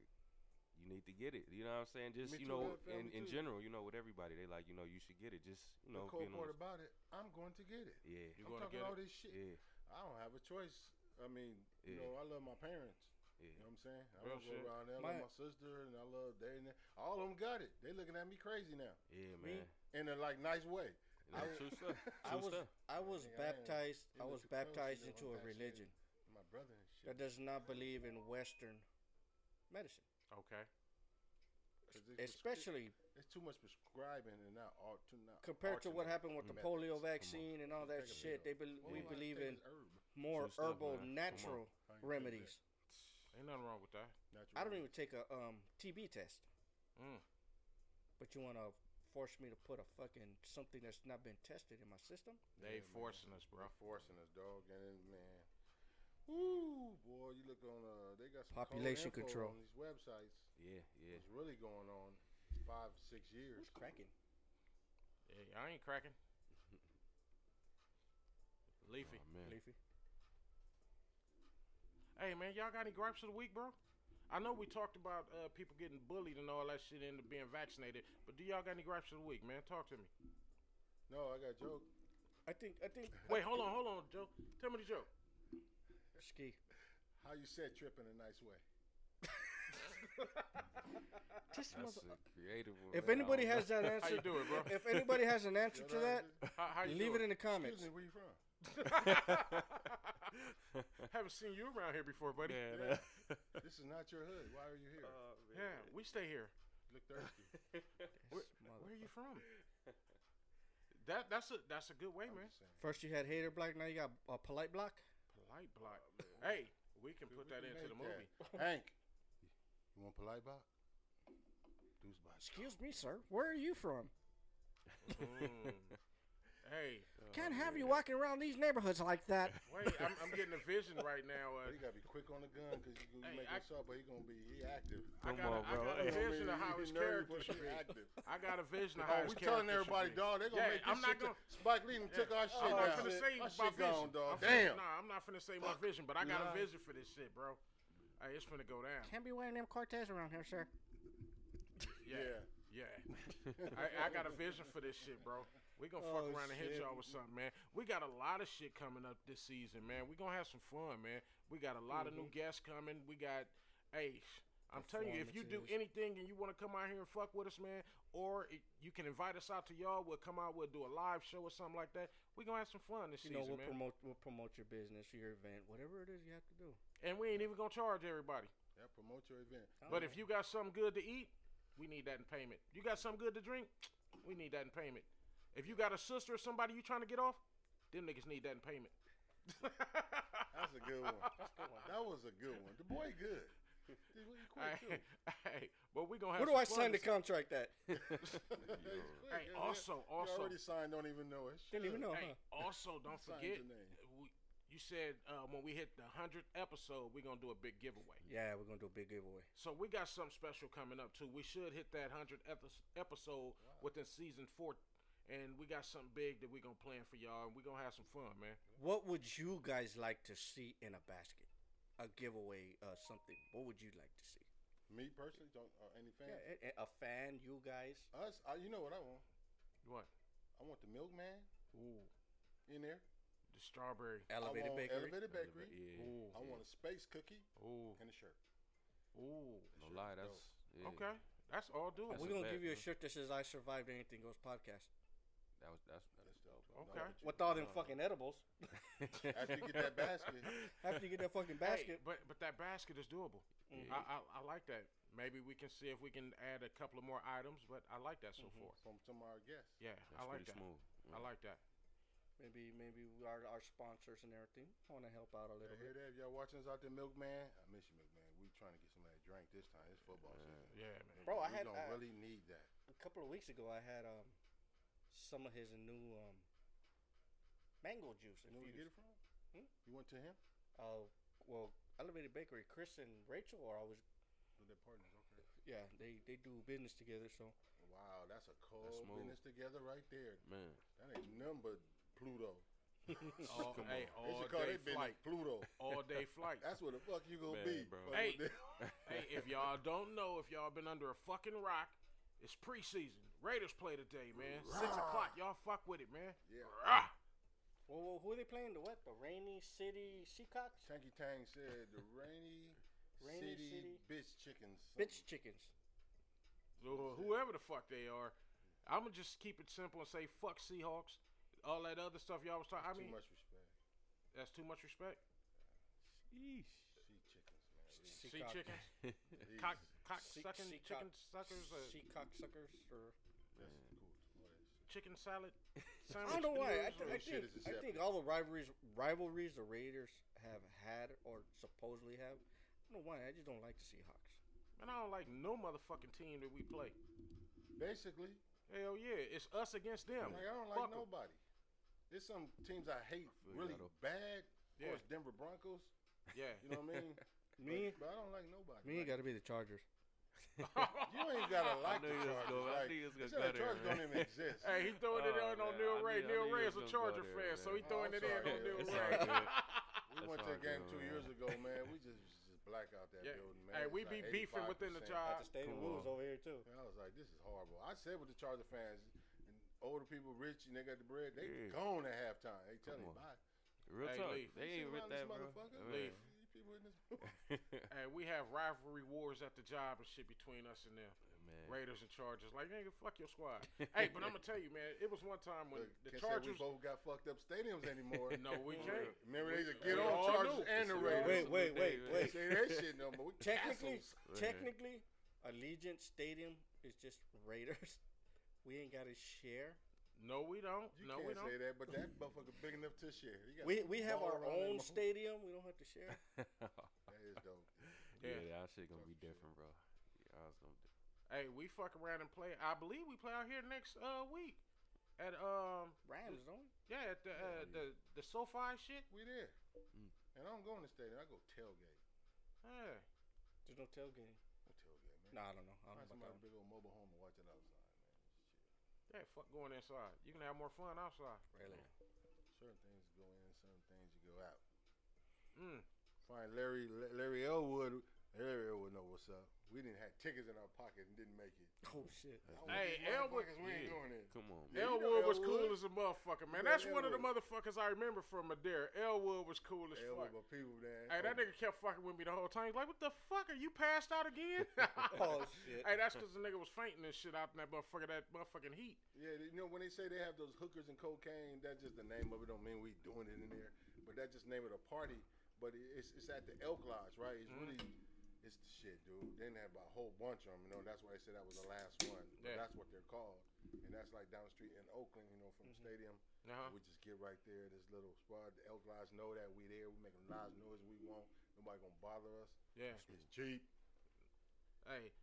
Speaker 5: You need to get it. You know what I'm saying? Just
Speaker 2: Me
Speaker 5: you
Speaker 2: too, I
Speaker 5: know,
Speaker 2: have
Speaker 5: in,
Speaker 2: family
Speaker 5: in
Speaker 2: too.
Speaker 5: general, you know, with everybody, they like you know you should get it. Just you know,
Speaker 2: the cold
Speaker 5: being
Speaker 2: part
Speaker 5: on,
Speaker 2: about it, I'm going to get it.
Speaker 5: yeah,
Speaker 1: You
Speaker 2: I'm
Speaker 1: gonna
Speaker 2: talking
Speaker 1: get
Speaker 2: all
Speaker 1: it?
Speaker 2: this shit.
Speaker 5: yeah,
Speaker 2: I don't have a choice. I mean, you
Speaker 5: Yeah.
Speaker 2: know, I love my parents. You
Speaker 5: yeah.
Speaker 2: know what I'm saying? I
Speaker 1: Real
Speaker 2: don't go
Speaker 1: shit.
Speaker 2: around there. I
Speaker 3: My-
Speaker 2: love my sister and I love they and they. All of them got it. They looking at me crazy now
Speaker 5: Yeah,
Speaker 3: Me?
Speaker 5: man.
Speaker 2: in a like nice way.
Speaker 5: You
Speaker 2: I-
Speaker 5: know, true stuff.
Speaker 3: I
Speaker 5: True
Speaker 3: was
Speaker 5: stuff.
Speaker 3: I was
Speaker 2: Yeah, I am.
Speaker 3: baptized.
Speaker 2: They
Speaker 3: I
Speaker 2: look
Speaker 3: was
Speaker 2: at girls, you
Speaker 3: baptized
Speaker 2: know,
Speaker 3: into
Speaker 2: I'm
Speaker 3: a
Speaker 2: vaccinated.
Speaker 3: religion
Speaker 2: My brother and shit.
Speaker 3: that does not believe in Western medicine,
Speaker 1: Okay.
Speaker 2: 'Cause it's prescri-
Speaker 3: especially
Speaker 2: it's too much prescribing and not all too not
Speaker 3: compared to what
Speaker 2: alternate.
Speaker 3: happened with the
Speaker 5: Mm.
Speaker 3: polio
Speaker 5: Come on.
Speaker 3: vaccine and all that
Speaker 2: Take a
Speaker 3: shit. They
Speaker 2: pill.
Speaker 3: bel
Speaker 2: Well,
Speaker 3: we
Speaker 2: all I
Speaker 3: believe
Speaker 2: take
Speaker 3: in
Speaker 2: is herb.
Speaker 3: more
Speaker 5: True stuff,
Speaker 3: herbal,
Speaker 5: man. Come on.
Speaker 3: natural
Speaker 2: I ain't taking
Speaker 3: remedies.
Speaker 1: Ain't nothing wrong with that.
Speaker 2: that. Natural
Speaker 3: I don't even
Speaker 2: remedies.
Speaker 3: take a um, TB test,
Speaker 1: Mm.
Speaker 3: but you want to force me to put a fucking something that's not been tested in my system?
Speaker 1: They
Speaker 2: Yeah, man.
Speaker 1: forcing us, bro.
Speaker 2: They forcing us, dog, and then, man. Ooh, boy, you look on. Uh, they got some cold
Speaker 3: Population
Speaker 2: info
Speaker 3: control.
Speaker 2: on these websites.
Speaker 5: Yeah, yeah.
Speaker 2: It's really going on five, six years.
Speaker 3: Who's cracking?
Speaker 1: Yeah, I ain't cracking. Leafy.
Speaker 5: Aw, Oh, man.
Speaker 3: Leafy.
Speaker 1: Hey man, y'all got any gripes of the week, bro? I know we talked about uh, people getting bullied and all that shit into being vaccinated, but do y'all got any gripes of the week, man? Talk to me.
Speaker 2: No, I got a joke.
Speaker 3: I think. I think.
Speaker 1: Wait, hold on, hold on, Joe. Tell me the joke.
Speaker 3: Ski.
Speaker 2: How you set trip in a nice way?
Speaker 3: This
Speaker 5: That's
Speaker 3: mother-
Speaker 5: a creative one.
Speaker 3: if
Speaker 5: man. I
Speaker 3: anybody
Speaker 5: don't
Speaker 3: has
Speaker 5: know.
Speaker 3: that answer,
Speaker 1: you do it, bro?
Speaker 3: If anybody has an answer to
Speaker 2: Your
Speaker 3: that,
Speaker 2: answer?
Speaker 1: How, how you
Speaker 3: leave it in the
Speaker 2: Excuse
Speaker 3: comments.
Speaker 2: me, where you from?
Speaker 1: Haven't seen you around here before, buddy.
Speaker 5: Yeah,
Speaker 2: Yeah.
Speaker 5: that-
Speaker 2: This is not your hood. Why are you here?
Speaker 5: Uh,
Speaker 1: Yeah, we stay here.
Speaker 2: You look thirsty.
Speaker 1: Where, where are you from? That that's a that's a good way,
Speaker 2: I'm
Speaker 1: man.
Speaker 2: just saying.
Speaker 3: First you had hater block, now you got a polite block.
Speaker 1: Polite block. Hey, we can
Speaker 2: Dude,
Speaker 1: put
Speaker 2: we
Speaker 1: that
Speaker 2: can
Speaker 1: into the
Speaker 2: make
Speaker 1: movie.
Speaker 2: that. Hank, you want polite box? Deuce box.
Speaker 3: Excuse me, sir. Where are you from?
Speaker 1: Mm. Hey, uh,
Speaker 3: Can't have you walking around these neighborhoods like that.
Speaker 1: wait, I'm, I'm getting a vision right now.
Speaker 2: But
Speaker 1: Uh,
Speaker 2: you gotta be quick on the gun because you can
Speaker 1: Hey,
Speaker 2: make
Speaker 1: I-
Speaker 2: this up, but he gonna be he active.
Speaker 1: I got,
Speaker 5: Come on,
Speaker 1: a, I
Speaker 5: bro.
Speaker 1: got a
Speaker 5: Hey.
Speaker 1: vision of how his
Speaker 2: You know you
Speaker 1: character should
Speaker 2: supposed to be
Speaker 1: be.
Speaker 2: active.
Speaker 1: I got a vision of how
Speaker 2: Oh,
Speaker 1: his
Speaker 2: we
Speaker 1: character
Speaker 2: telling everybody,
Speaker 1: should be.
Speaker 2: dog. They gonna
Speaker 1: Yeah,
Speaker 2: make this
Speaker 1: I'm not
Speaker 2: shit.
Speaker 1: gonna-
Speaker 2: to, Spike Lee done
Speaker 1: Yeah,
Speaker 2: took our shit
Speaker 1: I'm not
Speaker 2: down.
Speaker 1: finna say
Speaker 2: Our
Speaker 1: my
Speaker 2: shit
Speaker 1: vision.
Speaker 2: gone, dog.
Speaker 1: I'm finna-
Speaker 2: Damn.
Speaker 1: nah, I'm not finna say my vision, but I
Speaker 2: You
Speaker 1: got a
Speaker 2: lying.
Speaker 1: vision for this shit, bro. Hey, it's finna go down.
Speaker 3: Can't be wearing them Cortez around here, sir.
Speaker 1: Yeah, yeah. I, I got a vision for this shit, bro. We gonna fuck
Speaker 3: Oh,
Speaker 1: around and hit
Speaker 3: shit.
Speaker 1: y'all with something, man. We got a lot of shit coming up this season, man. We gonna have some fun, man. We got a lot of new
Speaker 3: Mm-hmm.
Speaker 1: guests coming. We got, hey, I'm telling you, if you do
Speaker 3: Performances.
Speaker 1: anything and you want to come out here and fuck with us, man, or it, you can invite us out to y'all. We'll come out. We'll do a live show or something like that. We gonna have some fun this
Speaker 3: You know,
Speaker 1: season,
Speaker 3: we'll
Speaker 1: man.
Speaker 3: promote we'll promote your business, your event, whatever it is you have to do.
Speaker 1: and we ain't even gonna charge everybody.
Speaker 2: Yeah, promote your event.
Speaker 1: But if you got something good to eat, we need that in payment. You got something good to drink, we need that in payment. If you got a sister or somebody you trying to get off, them niggas need that in payment.
Speaker 2: That's a good one. That was a good one. The boy good. Dude, what you quick
Speaker 1: Hey,
Speaker 2: too?
Speaker 1: hey, but we gonna have.
Speaker 3: Where do I
Speaker 1: some fun
Speaker 3: sign the
Speaker 1: this-
Speaker 3: contract at?
Speaker 2: He's quick,
Speaker 1: Hey,
Speaker 2: yeah, yeah.
Speaker 1: also,
Speaker 2: You
Speaker 1: also,
Speaker 2: already signed. Don't even know it.
Speaker 3: Didn't even know,
Speaker 1: hey,
Speaker 3: huh?
Speaker 1: also, don't
Speaker 2: Sign
Speaker 1: forget.
Speaker 2: your name.
Speaker 1: We, you said uh, when we hit the hundredth episode, we gonna do a big giveaway.
Speaker 3: Yeah, we're gonna do a big giveaway.
Speaker 1: So we got something special coming up too. We should hit that hundredth episode within season four, and we got something big that we gonna plan for y'all, and we gonna have some fun, man.
Speaker 3: What would you guys like to see in a basket? A giveaway, uh, something. What would you like to see?
Speaker 2: Me personally, don't uh, any fan.
Speaker 3: Yeah, a, a fan, you guys.
Speaker 2: Us, I, you know what I want?
Speaker 1: What?
Speaker 2: I want the milkman
Speaker 1: Ooh,
Speaker 2: in there.
Speaker 1: the strawberry.
Speaker 2: I
Speaker 3: Elevated
Speaker 2: want
Speaker 3: Bakery.
Speaker 2: Elevated bakery.
Speaker 5: Yeah.
Speaker 1: Ooh,
Speaker 2: I want a space cookie
Speaker 1: ooh,
Speaker 2: and a shirt.
Speaker 1: ooh.
Speaker 5: No lie, that's yeah.
Speaker 1: Okay, That's all, dude.
Speaker 5: That's
Speaker 3: We're
Speaker 5: a
Speaker 3: gonna
Speaker 5: bet,
Speaker 3: give you a
Speaker 5: man.
Speaker 3: shirt that says "I survived anything goes" podcast
Speaker 5: That was
Speaker 2: That's
Speaker 5: that's
Speaker 2: dope.
Speaker 1: Okay.
Speaker 2: I'm down
Speaker 3: with
Speaker 2: you.
Speaker 3: all them
Speaker 2: Uh,
Speaker 3: fucking edibles.
Speaker 5: that's.
Speaker 2: After you get that basket.
Speaker 3: After you get that fucking
Speaker 1: Basket.
Speaker 3: basket,
Speaker 1: but but that basket is doable.
Speaker 3: Mhm.
Speaker 5: Yeah.
Speaker 1: I, I I like that. Maybe we can see if we can add a couple of more items, but I like that so
Speaker 3: Mhm.
Speaker 1: far.
Speaker 2: From some of our guests.
Speaker 1: Yeah,
Speaker 5: Mm-hmm. That's
Speaker 1: I like
Speaker 5: pretty
Speaker 1: that.
Speaker 5: smooth.
Speaker 1: I like that.
Speaker 3: maybe maybe we- our our sponsors and everything want to help out a
Speaker 2: Y'all
Speaker 3: little
Speaker 2: hear
Speaker 3: bit.
Speaker 2: that? If y'all watching us out there, Milkman? I miss you, Milkman. We trying to get somebody a drink this time. It's football
Speaker 5: Yeah.
Speaker 2: season.
Speaker 1: Yeah, man.
Speaker 3: Bro, I
Speaker 2: we
Speaker 3: had
Speaker 2: gonna
Speaker 3: uh,
Speaker 2: really need that.
Speaker 3: a couple of weeks ago. I had um some of his new um mango juice.
Speaker 2: You know where you
Speaker 3: infused.
Speaker 2: get it from?
Speaker 3: Hmm?
Speaker 2: You went to him?
Speaker 3: Uh, well, Elevated Bakery, Chris and Rachel are always
Speaker 2: With their partners, okay.
Speaker 3: yeah. They they do business together, so
Speaker 2: Wow, that's a cold
Speaker 5: smooth.
Speaker 2: business together right there.
Speaker 5: Man,
Speaker 2: That ain't number Pluto.
Speaker 1: All,
Speaker 5: Come
Speaker 1: hey,
Speaker 2: they
Speaker 1: all
Speaker 2: should call
Speaker 1: day
Speaker 2: their business
Speaker 1: flight.
Speaker 2: Pluto.
Speaker 1: All day flight.
Speaker 2: That's where the fuck you gonna
Speaker 5: Man,
Speaker 2: be.
Speaker 5: bro.
Speaker 2: Fuck
Speaker 1: Hey.
Speaker 2: with them.
Speaker 1: hey, if y'all don't know, if y'all been under a fucking rock, it's preseason. Raiders play today, man. Six
Speaker 2: Rah.
Speaker 1: o'clock. Y'all fuck with it, man.
Speaker 2: Yeah.
Speaker 1: Rah.
Speaker 3: well, well who are they playing? The what? The Rainy City Seacocks,
Speaker 2: Tanky Tang said the rainy,
Speaker 3: Rainy
Speaker 2: city,
Speaker 3: City.
Speaker 2: bitch chickens.
Speaker 3: bitch chickens.
Speaker 1: Or whoever the fuck they are. I'ma just keep it simple and say fuck Seahawks. All that other stuff y'all was talking. I
Speaker 2: Too
Speaker 1: mean,
Speaker 2: much respect.
Speaker 1: that's too much respect.
Speaker 2: Sea chickens, man.
Speaker 1: Sea
Speaker 3: Seacock.
Speaker 1: chickens,
Speaker 2: These-
Speaker 1: cock, cock
Speaker 3: Sea-
Speaker 1: sucking
Speaker 3: seacock.
Speaker 1: chicken suckers, uh,
Speaker 3: Seacock suckers, or
Speaker 2: That's cool. All that shit.
Speaker 1: chicken salad.
Speaker 3: I don't know why. I,
Speaker 2: That
Speaker 3: th- I
Speaker 2: shit
Speaker 3: think
Speaker 2: is
Speaker 3: I
Speaker 2: deceptive.
Speaker 3: think all the rivalries rivalries the Raiders have had or supposedly have. I don't know why. I just don't like the Seahawks.
Speaker 1: Man, I don't like no motherfucking team that we play.
Speaker 2: Basically,
Speaker 1: Hell yeah, it's us against them.
Speaker 2: like I don't
Speaker 1: Fuck
Speaker 2: like
Speaker 1: 'em.
Speaker 2: nobody. There's some teams I hate
Speaker 5: I feel you,
Speaker 2: really
Speaker 5: Otto.
Speaker 2: bad. Of
Speaker 1: Yeah.
Speaker 2: course, Denver Broncos.
Speaker 1: Yeah.
Speaker 2: You know what I mean?
Speaker 3: Me,
Speaker 2: But, but I don't like nobody.
Speaker 3: me
Speaker 2: Like,
Speaker 3: got to be the Chargers.
Speaker 2: you ain't gotta like
Speaker 5: knew
Speaker 2: the
Speaker 5: you was
Speaker 2: Chargers.
Speaker 5: gonna- I
Speaker 2: like,
Speaker 5: knew you was gonna
Speaker 2: they said the
Speaker 5: go there,
Speaker 2: Chargers don't
Speaker 5: man.
Speaker 2: even exist.
Speaker 1: Hey, he throwing it
Speaker 5: Oh,
Speaker 1: in on
Speaker 5: man,
Speaker 1: Neil Ray.
Speaker 5: I knew- I
Speaker 1: Neil
Speaker 5: knew
Speaker 1: Ray
Speaker 5: you
Speaker 1: is a
Speaker 5: was gonna go
Speaker 1: Charger
Speaker 5: there,
Speaker 1: fan, so he
Speaker 5: man.
Speaker 1: throwing
Speaker 2: Oh,
Speaker 1: it in
Speaker 2: I'm sorry,
Speaker 1: on
Speaker 2: Neil.
Speaker 1: Neil
Speaker 2: It's
Speaker 1: Ray.
Speaker 5: all good.
Speaker 2: we
Speaker 5: That's
Speaker 2: went to
Speaker 5: all
Speaker 2: a game
Speaker 5: good,
Speaker 2: two
Speaker 5: man.
Speaker 2: years ago, man. We just, just black out that
Speaker 1: Yeah.
Speaker 2: building, man.
Speaker 1: Hey,
Speaker 2: It's
Speaker 1: we be
Speaker 2: like
Speaker 1: beefing within the
Speaker 2: 85%.
Speaker 1: job.
Speaker 3: At the State of
Speaker 5: Uh, come
Speaker 3: Lou
Speaker 5: on.
Speaker 3: is over here too.
Speaker 2: And I was like, this is horrible. I said with the Charger fans, and older people, rich, and they got the bread, they
Speaker 5: Yeah.
Speaker 2: gone at halftime. They tell
Speaker 5: Come
Speaker 2: me,
Speaker 5: on.
Speaker 2: bye.
Speaker 5: Real
Speaker 1: Hey,
Speaker 5: talk.
Speaker 1: Leaf.
Speaker 5: They
Speaker 2: You
Speaker 5: ain't
Speaker 2: seen
Speaker 5: with
Speaker 2: around this
Speaker 5: that, bro.
Speaker 2: motherfucker?
Speaker 5: Man.
Speaker 1: Leaf.
Speaker 2: You people in this-
Speaker 1: Hey, we have rivalry wars at the job and shit between us and them.
Speaker 5: Man.
Speaker 1: Raiders and Chargers. Like, nigga, fuck your squad. hey, but I'm gonna tell you, man, it was one time when
Speaker 2: Look,
Speaker 1: the
Speaker 2: can't say
Speaker 1: Chargers.
Speaker 2: we both got fucked up stadiums anymore.
Speaker 1: No, we can't.
Speaker 2: Remember, they used to
Speaker 1: We
Speaker 2: get on
Speaker 1: all
Speaker 2: Chargers
Speaker 1: knew.
Speaker 2: and the
Speaker 5: It's a
Speaker 2: Raiders.
Speaker 3: Wait, wait,
Speaker 5: absolute
Speaker 3: wait,
Speaker 5: day,
Speaker 2: Can't
Speaker 3: wait.
Speaker 2: say that shit no more. We
Speaker 3: Technically,
Speaker 2: castles.
Speaker 3: technically, Allegiant Stadium is just Raiders. We ain't got to share.
Speaker 1: No, we don't.
Speaker 2: You
Speaker 1: no,
Speaker 2: can't
Speaker 1: we don't.
Speaker 2: say that, but that motherfucker big enough to share. He got
Speaker 3: We
Speaker 2: a
Speaker 3: we have
Speaker 2: ball
Speaker 3: our
Speaker 2: around
Speaker 3: own
Speaker 2: that motherfucker.
Speaker 3: stadium. We don't have to share.
Speaker 2: That is dope.
Speaker 5: yeah,
Speaker 1: Yeah.
Speaker 5: that shit gonna be different, bro. Yeah, I was gonna do.
Speaker 1: Hey, we fuck around and play. I believe we play out here next uh week at um
Speaker 3: Rams don't.
Speaker 1: yeah at the uh,
Speaker 5: Yeah,
Speaker 1: the the SoFi shit.
Speaker 2: We there.
Speaker 5: Mm.
Speaker 2: And I don't go in the stadium. I go tailgate.
Speaker 1: Yeah.
Speaker 3: There's no tailgating.
Speaker 2: I tailgate, man.
Speaker 3: No, I don't know. I
Speaker 2: Find
Speaker 3: don't know
Speaker 2: somebody
Speaker 3: about
Speaker 2: big old mobile home and watch it outside, man.
Speaker 1: Yeah, fuck going inside. You can have more fun outside.
Speaker 3: that. Really?
Speaker 2: Certain things go in, certain things you go out.
Speaker 1: Mm.
Speaker 2: Find Larry Larry Elwood. Larry Elwood know what's up. We didn't have tickets in our pocket and didn't make it.
Speaker 3: Oh shit.
Speaker 1: Hey, Elwood-
Speaker 2: motherfuckers, we ain't
Speaker 5: Yeah.
Speaker 2: doing it.
Speaker 5: Come on,
Speaker 2: Yeah,
Speaker 5: man. Oh,
Speaker 2: you know
Speaker 1: Elwood was cool
Speaker 2: Elwood.
Speaker 1: as a motherfucker, man.
Speaker 2: know
Speaker 1: That's one of the
Speaker 2: Elwood.
Speaker 1: motherfuckers I remember from Adair. Elwood was cool as
Speaker 2: Elwood,
Speaker 1: fuck.
Speaker 2: but people oh, there.
Speaker 1: Hey, that nigga kept fucking with me the whole time. He's like, what the fuck? Are you passed out again?
Speaker 3: Oh shit.
Speaker 1: hey, that's because the nigga was fainting and shit out in that motherfucker, that motherfucking heat.
Speaker 2: Yeah, you know when they say they have those hookers and cocaine, that's just the name of it. Don't mean we doing it in there, but that's just name of the party. But it- it's it's at the Elk Lodge, right? It's
Speaker 1: Mhm.
Speaker 2: really it's the shit, dude. They didn't have a whole bunch of them, you know. That's why they said that was the last one. But
Speaker 1: Yeah.
Speaker 2: That's what they're called, and that's like down the street in Oakland, you know, from the
Speaker 3: Mhm.
Speaker 2: stadium.
Speaker 1: Uh-huh.
Speaker 2: We just get right there, this little spot. The Elk Lodge know that we there. We make a loud noise we want. Nobody gonna bother us.
Speaker 1: Yeah.
Speaker 2: It's cheap.
Speaker 1: Hey,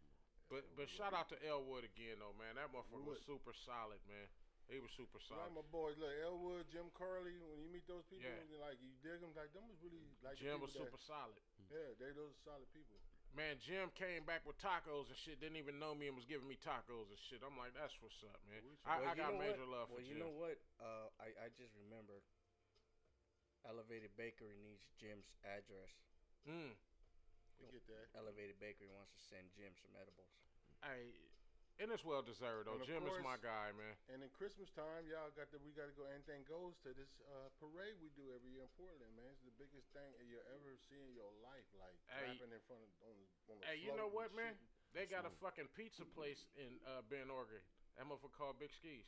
Speaker 1: but but shout out to Elwood again, though, man. That motherfucker was
Speaker 2: Wood.
Speaker 1: super solid, man. He was super
Speaker 2: So like
Speaker 1: solid.
Speaker 2: my boys, look, Elwood, Jim Carley. When you meet those people,
Speaker 1: Yeah.
Speaker 2: and like you dig them, like them was really like the
Speaker 1: Jim was
Speaker 2: people
Speaker 1: super
Speaker 2: that-
Speaker 1: solid.
Speaker 2: Yeah, they those are solid people.
Speaker 1: Man, Jim came back with tacos and shit. Didn't even know me and was giving me tacos and shit. I'm like, that's what's up, man.
Speaker 2: We should-
Speaker 1: I,
Speaker 3: Well,
Speaker 1: I
Speaker 3: you
Speaker 1: got
Speaker 3: know
Speaker 1: major
Speaker 3: what?
Speaker 1: love for
Speaker 3: Well, you
Speaker 1: Jim.
Speaker 3: know what? Uh, I I just remembered. Elevated Bakery needs Jim's address.
Speaker 1: Mm.
Speaker 2: We get that.
Speaker 3: Elevated Bakery wants to send Jim some edibles.
Speaker 1: Hey, and it's well deserved though.
Speaker 2: And of
Speaker 1: Jim is my
Speaker 2: course-
Speaker 1: guy, man.
Speaker 2: And in Christmas time, y'all got the we got to go. Anything goes to this uh, parade we do every year in Portland, man. It's the biggest thing you'll ever see in your life. Like
Speaker 1: Hey.
Speaker 2: clapping in front of on, on the
Speaker 1: Hey, you
Speaker 2: float
Speaker 1: know
Speaker 2: and
Speaker 1: what, man?
Speaker 2: shooting.
Speaker 1: They got a
Speaker 5: Absolutely.
Speaker 1: fucking pizza place in uh, Bend, Oregon. That motherfucker called Big Skis.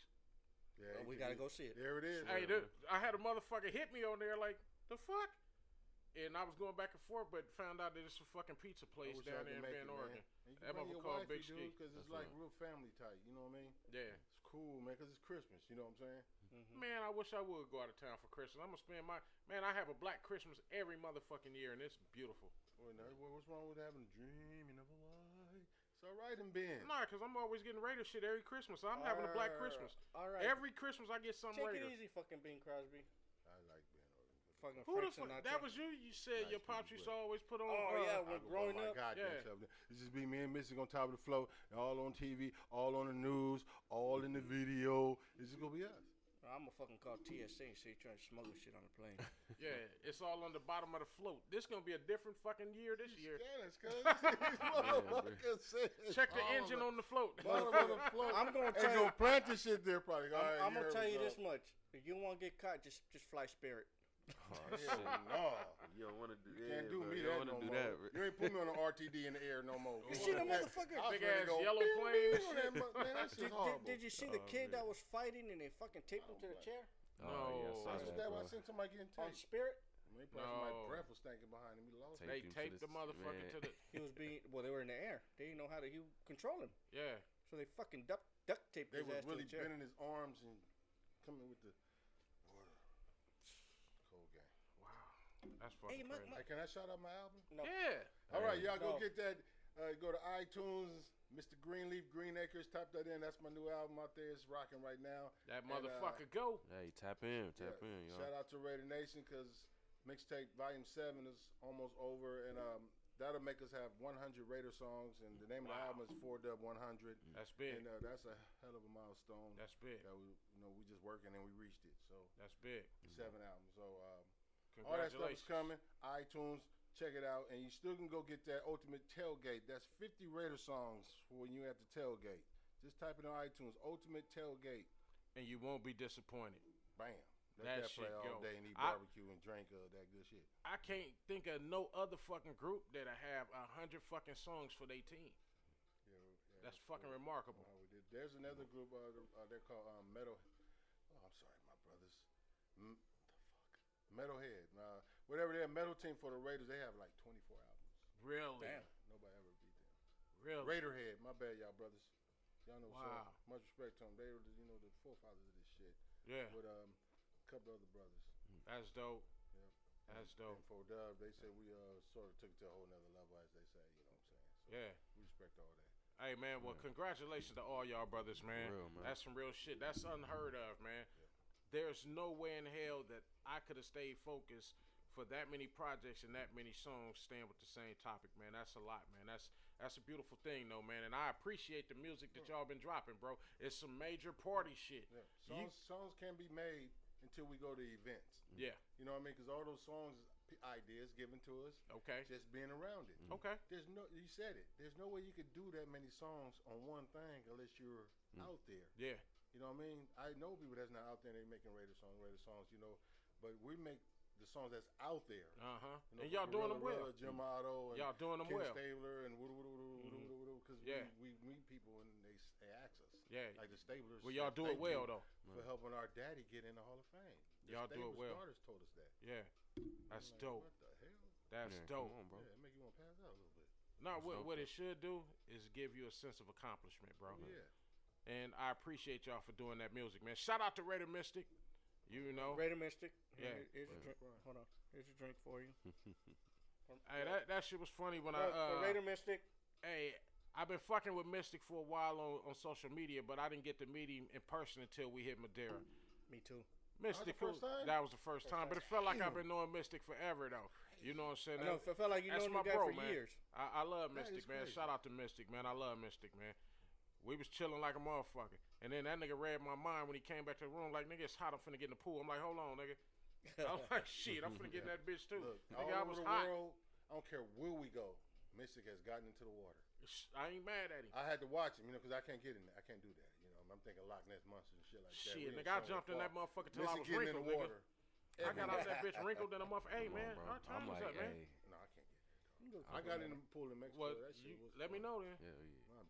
Speaker 2: Yeah,
Speaker 3: Uh,
Speaker 2: he
Speaker 3: we
Speaker 2: could
Speaker 3: gotta
Speaker 2: be-
Speaker 3: go see it.
Speaker 2: There it is.
Speaker 1: Hey,
Speaker 5: Yeah.
Speaker 1: dude, I had a motherfucker hit me on there like the fuck, and I was going back and forth, but found out that it's a fucking pizza place
Speaker 2: wish y'all
Speaker 1: down
Speaker 2: could
Speaker 1: there in
Speaker 2: make
Speaker 1: Bend,
Speaker 2: it, man.
Speaker 1: Oregon.
Speaker 2: And you
Speaker 1: That
Speaker 2: can bring your
Speaker 1: motherfucker called
Speaker 2: wife,
Speaker 1: Big Ski.
Speaker 2: you dude, because
Speaker 5: That's
Speaker 2: it's like
Speaker 5: right.
Speaker 2: real family type. You know what I mean?
Speaker 1: Yeah,
Speaker 2: It's cool, man, because it's Christmas. You know what I'm saying?
Speaker 3: hmm
Speaker 1: man, I wish I would go out of town for Christmas. I'm gonna spend my man. I have a black Christmas every motherfucking year, and it's beautiful.
Speaker 2: Well, no, what- what's wrong with having a dream and a life? It's all right in bed.
Speaker 1: Nah, cause I'm always getting Raider shit every Christmas. I'm having a black
Speaker 3: Arr,
Speaker 1: Christmas
Speaker 3: All right.
Speaker 1: every Christmas. I get something
Speaker 3: Take
Speaker 1: Raider.
Speaker 3: it easy, fucking Bing Crosby.
Speaker 2: I like being Oregon.
Speaker 3: Fucking
Speaker 1: Who the
Speaker 3: Frank
Speaker 1: fuck?
Speaker 3: Sinatra.
Speaker 1: That was you. You said
Speaker 2: Nice
Speaker 1: your pops
Speaker 2: people,
Speaker 1: used to
Speaker 2: but-
Speaker 1: always put on. uh,
Speaker 3: Oh, yeah,
Speaker 2: I
Speaker 3: when
Speaker 2: go by
Speaker 3: growing
Speaker 2: my
Speaker 3: up,
Speaker 2: goddamn
Speaker 1: yeah.
Speaker 2: self. It's just be me and Missy gonna top of the flow, all on TV, all on the news, all in the video. It's just gonna be us.
Speaker 3: I'm gonna fucking call TSA and say you're trying to smuggle shit on the plane.
Speaker 1: Yeah, it's all on the bottom of the float. This gonna be a different fucking year this year.
Speaker 2: Scanners, cuz. These motherfuckers said-
Speaker 1: Check the
Speaker 2: All
Speaker 1: engine on the float.
Speaker 2: all on the flow.
Speaker 3: I'm gonna
Speaker 2: They
Speaker 3: tell you,
Speaker 2: gonna plant this shit there, probably. All
Speaker 3: I'm,
Speaker 2: right,
Speaker 3: I'm gonna
Speaker 2: here
Speaker 3: tell
Speaker 2: we
Speaker 3: you
Speaker 2: go.
Speaker 3: this much: if you want to get caught, just just fly Spirit.
Speaker 5: Oh,
Speaker 2: Hell
Speaker 5: shit.
Speaker 2: no.
Speaker 5: You don't want to do
Speaker 2: You can't do me
Speaker 5: you
Speaker 2: that
Speaker 5: don't
Speaker 2: no
Speaker 5: wanna do
Speaker 2: more.
Speaker 5: that.
Speaker 2: You ain't put me on an RTD in the air no more.
Speaker 1: You seen
Speaker 3: the
Speaker 2: That-
Speaker 3: motherfucker?
Speaker 2: I was
Speaker 1: Oh, Big
Speaker 2: ready to
Speaker 1: ass
Speaker 2: go,
Speaker 1: yellow
Speaker 2: "Beep, beep,"
Speaker 1: plane.
Speaker 2: on that mo- Man, that's
Speaker 3: Did,
Speaker 2: just
Speaker 3: did-
Speaker 2: horrible.
Speaker 3: did you see the
Speaker 5: Oh,
Speaker 3: kid
Speaker 5: man.
Speaker 3: that was fighting and they fucking taped him to the
Speaker 2: Oh,
Speaker 3: chair
Speaker 5: Oh, yeah, I
Speaker 1: No,
Speaker 5: saw
Speaker 1: Yeah,
Speaker 2: That's what
Speaker 5: that,
Speaker 2: that
Speaker 5: bro.
Speaker 2: was. I seen somebody getting
Speaker 3: on
Speaker 2: taped.
Speaker 3: Spirit?
Speaker 2: I mean, probably
Speaker 1: No.
Speaker 2: my breath was stinking behind him. He lost
Speaker 5: Take
Speaker 2: it.
Speaker 1: They
Speaker 5: you for
Speaker 1: taped
Speaker 5: this,
Speaker 1: the motherfucker
Speaker 5: man.
Speaker 1: to the.
Speaker 3: He was being well. They were in the air. They didn't know how to you control him,
Speaker 1: Yeah,
Speaker 3: so they fucking duct duct taped
Speaker 2: They
Speaker 3: his
Speaker 2: was
Speaker 3: ass
Speaker 2: really
Speaker 3: to the chair.
Speaker 2: bending his arms and coming with the water. Cold game.
Speaker 1: that's
Speaker 3: Hey,
Speaker 1: fucking
Speaker 3: my,
Speaker 1: crazy.
Speaker 3: my,
Speaker 2: Hey, can I shout out my album?
Speaker 3: no.
Speaker 1: Yeah,
Speaker 2: All right,
Speaker 5: Hey.
Speaker 2: y'all
Speaker 3: No.
Speaker 2: go get that. Uh, go to iTunes, Mr. Greenleaf, Green Acres. Type that in. That's my new album out there. It's rocking right now.
Speaker 1: that
Speaker 2: And, uh,
Speaker 1: motherfucker go.
Speaker 5: Hey, tap in, tap
Speaker 2: Yeah,
Speaker 5: in, y'all.
Speaker 2: Shout out to Raider Nation because mixtape volume seven is almost over, and um, that'll make us have 100 Raider songs. And the name of the
Speaker 1: Wow.
Speaker 2: album is Four Dub 100,
Speaker 1: That's big.
Speaker 2: and uh, that's a hell of a milestone.
Speaker 1: That's Mm-hmm. big.
Speaker 2: that we, you know, we just working and we reached it. So
Speaker 1: That's big.
Speaker 2: seven albums. So um, all that stuff
Speaker 1: Congratulations.
Speaker 2: is coming. iTunes, check it out, and you still can go get that Ultimate Tailgate. That's 50 Raider songs for when you at the tailgate. Just type it on iTunes, Ultimate Tailgate.
Speaker 1: And you won't be disappointed.
Speaker 2: Bam. Let
Speaker 1: That
Speaker 2: that, play
Speaker 1: shit
Speaker 2: all
Speaker 1: go.
Speaker 2: day and eat
Speaker 1: I-
Speaker 2: barbecue and drink uh, that good shit.
Speaker 1: I can't think of no other fucking group that'll have a hundred fucking songs for their team.
Speaker 2: Yeah, yeah,
Speaker 1: That's
Speaker 2: cool.
Speaker 1: fucking remarkable.
Speaker 2: Wow, we did. There's another group. Uh, th- uh, they're called um, Metal. Oh, I'm sorry, my brothers. M- the fuck? Metalhead. Uh, whatever their metal team for the Raiders, they have like 24 albums.
Speaker 1: Really,
Speaker 3: Damn.
Speaker 2: Nobody ever beat them.
Speaker 1: really.
Speaker 2: Raiderhead, my bad, y'all brothers. Y'all know
Speaker 1: Wow.
Speaker 2: so much respect to them. They were, the, you know, the forefathers of this shit.
Speaker 1: Yeah,
Speaker 2: With um, a couple other brothers.
Speaker 1: that's dope.
Speaker 2: And-
Speaker 1: That's dope.
Speaker 2: And for Dub, they say we uh sort of took it to a whole nother level, as they say. You know what I'm saying? So
Speaker 1: Yeah.
Speaker 2: we respect all that.
Speaker 1: Hey man, well congratulations to all y'all brothers, man.
Speaker 5: real, man.
Speaker 1: That's some real shit. That's unheard of, man. There's no way in hell that I could have stayed focused for that many projects and that many songs staying with the same topic, man. That's a lot, man. That's that's a beautiful thing though, man. And I appreciate the music that y'all been dropping, bro. It's some major party shit.
Speaker 2: Yeah.
Speaker 1: You-
Speaker 2: Songs, songs can be made until we go to events.
Speaker 1: Yeah.
Speaker 2: You know what I mean? Because all those songs, p- ideas given to us,
Speaker 1: Okay.
Speaker 2: just being around it.
Speaker 1: Okay.
Speaker 2: There's no, you said it. There's no way you could do that many songs on one thing unless you're
Speaker 1: Mm.
Speaker 2: out there.
Speaker 1: Yeah.
Speaker 2: You know what I mean? I know people that's not out there. They making Raider songs, Raider songs. You know, but we make the songs that's out there.
Speaker 1: Uh huh.
Speaker 2: You know,
Speaker 1: And y'all doing them well.
Speaker 2: Gorilla Rella, Jim Otto, and
Speaker 1: Y'all doing them
Speaker 2: Ken
Speaker 1: well. Mm-hmm.
Speaker 2: Stabler, and because
Speaker 1: Yeah.
Speaker 2: we, we meet people and they, s- they ask us.
Speaker 1: Yeah.
Speaker 2: Like the Stablers.
Speaker 1: Well, y'all do
Speaker 2: said,
Speaker 1: it
Speaker 2: "Thank you
Speaker 1: well though.
Speaker 2: for helping our daddy get in the Hall of Fame. The
Speaker 1: Y'all do it
Speaker 2: Stables
Speaker 1: well.
Speaker 2: Daughters told us that.
Speaker 1: Yeah. That's
Speaker 2: I'm like,
Speaker 1: dope.
Speaker 2: What the hell?
Speaker 1: That's
Speaker 5: Yeah,
Speaker 1: dope.
Speaker 5: Come on, bro.
Speaker 2: Yeah, it make you want to pass out a little bit.
Speaker 1: No,
Speaker 5: That's
Speaker 1: what,
Speaker 5: dope,
Speaker 1: what
Speaker 5: though.
Speaker 1: it should do is give you a sense of accomplishment, bro.
Speaker 2: Yeah.
Speaker 1: And I appreciate y'all for doing that music, man. Shout out to Raider Mystic. You know,
Speaker 3: Raider Mystic.
Speaker 1: Yeah.
Speaker 3: Here- Here's a
Speaker 5: Yeah.
Speaker 3: drink. Hold on. Here's a drink for you.
Speaker 1: hey, that, that shit was funny when
Speaker 3: For-
Speaker 1: I.
Speaker 3: for
Speaker 1: Uh,
Speaker 3: Raider Mystic.
Speaker 1: hey, I've been fucking with Mystic for a while on, on social media, but I didn't get to meet him in person until we hit Madeira.
Speaker 3: Me too.
Speaker 1: Mystic,
Speaker 2: the first
Speaker 1: was-
Speaker 2: time?
Speaker 1: that was the first time, but it felt like I've been knowing Mystic forever, though. You know what I'm saying?
Speaker 3: I know.
Speaker 1: That-
Speaker 3: It felt like you
Speaker 1: that's
Speaker 3: known
Speaker 1: my
Speaker 3: the guy
Speaker 1: bro,
Speaker 3: for
Speaker 1: man.
Speaker 3: years.
Speaker 1: I, I love
Speaker 2: That
Speaker 1: Mystic,
Speaker 2: is
Speaker 1: man.
Speaker 2: crazy.
Speaker 1: Shout out to Mystic, man. I love Mystic, man. We was chilling like a motherfucker. And then that nigga read my mind when he came back to the room, like, nigga, it's hot. I'm finna get in the pool. I'm like, hold on, nigga. I was like, shit, I'm finna get in that bitch, too.
Speaker 2: Look,
Speaker 1: nigga, I
Speaker 2: all
Speaker 1: was
Speaker 2: over the
Speaker 1: hot.
Speaker 2: world, I don't care where we go, Mystic has gotten into the water.
Speaker 1: Sh- I ain't mad at him.
Speaker 2: I had to watch him, you know, because I can't get in there. I can't do that. You know, I'm thinking Loch Ness Monster and shit like that.
Speaker 1: shit, nigga, I jumped in that motherfucker till I
Speaker 2: Mystic
Speaker 1: was
Speaker 2: getting in
Speaker 1: wrinkled,
Speaker 2: the
Speaker 1: nigga.
Speaker 2: water.
Speaker 1: I got out
Speaker 2: Everywhere.
Speaker 1: that bitch wrinkled in a motherfucker. Hey,
Speaker 5: Come on,
Speaker 1: man,
Speaker 5: bro.
Speaker 1: our
Speaker 5: I'm
Speaker 1: time is
Speaker 5: like,
Speaker 1: up, man.
Speaker 5: hey,
Speaker 2: No, I can't get in.
Speaker 3: You
Speaker 2: can go. I got in the pool in Mexico.
Speaker 1: Well,
Speaker 2: that
Speaker 1: you,
Speaker 2: shit was
Speaker 1: let me
Speaker 2: fun.
Speaker 1: know then.
Speaker 5: Yeah, yeah.
Speaker 2: Nah,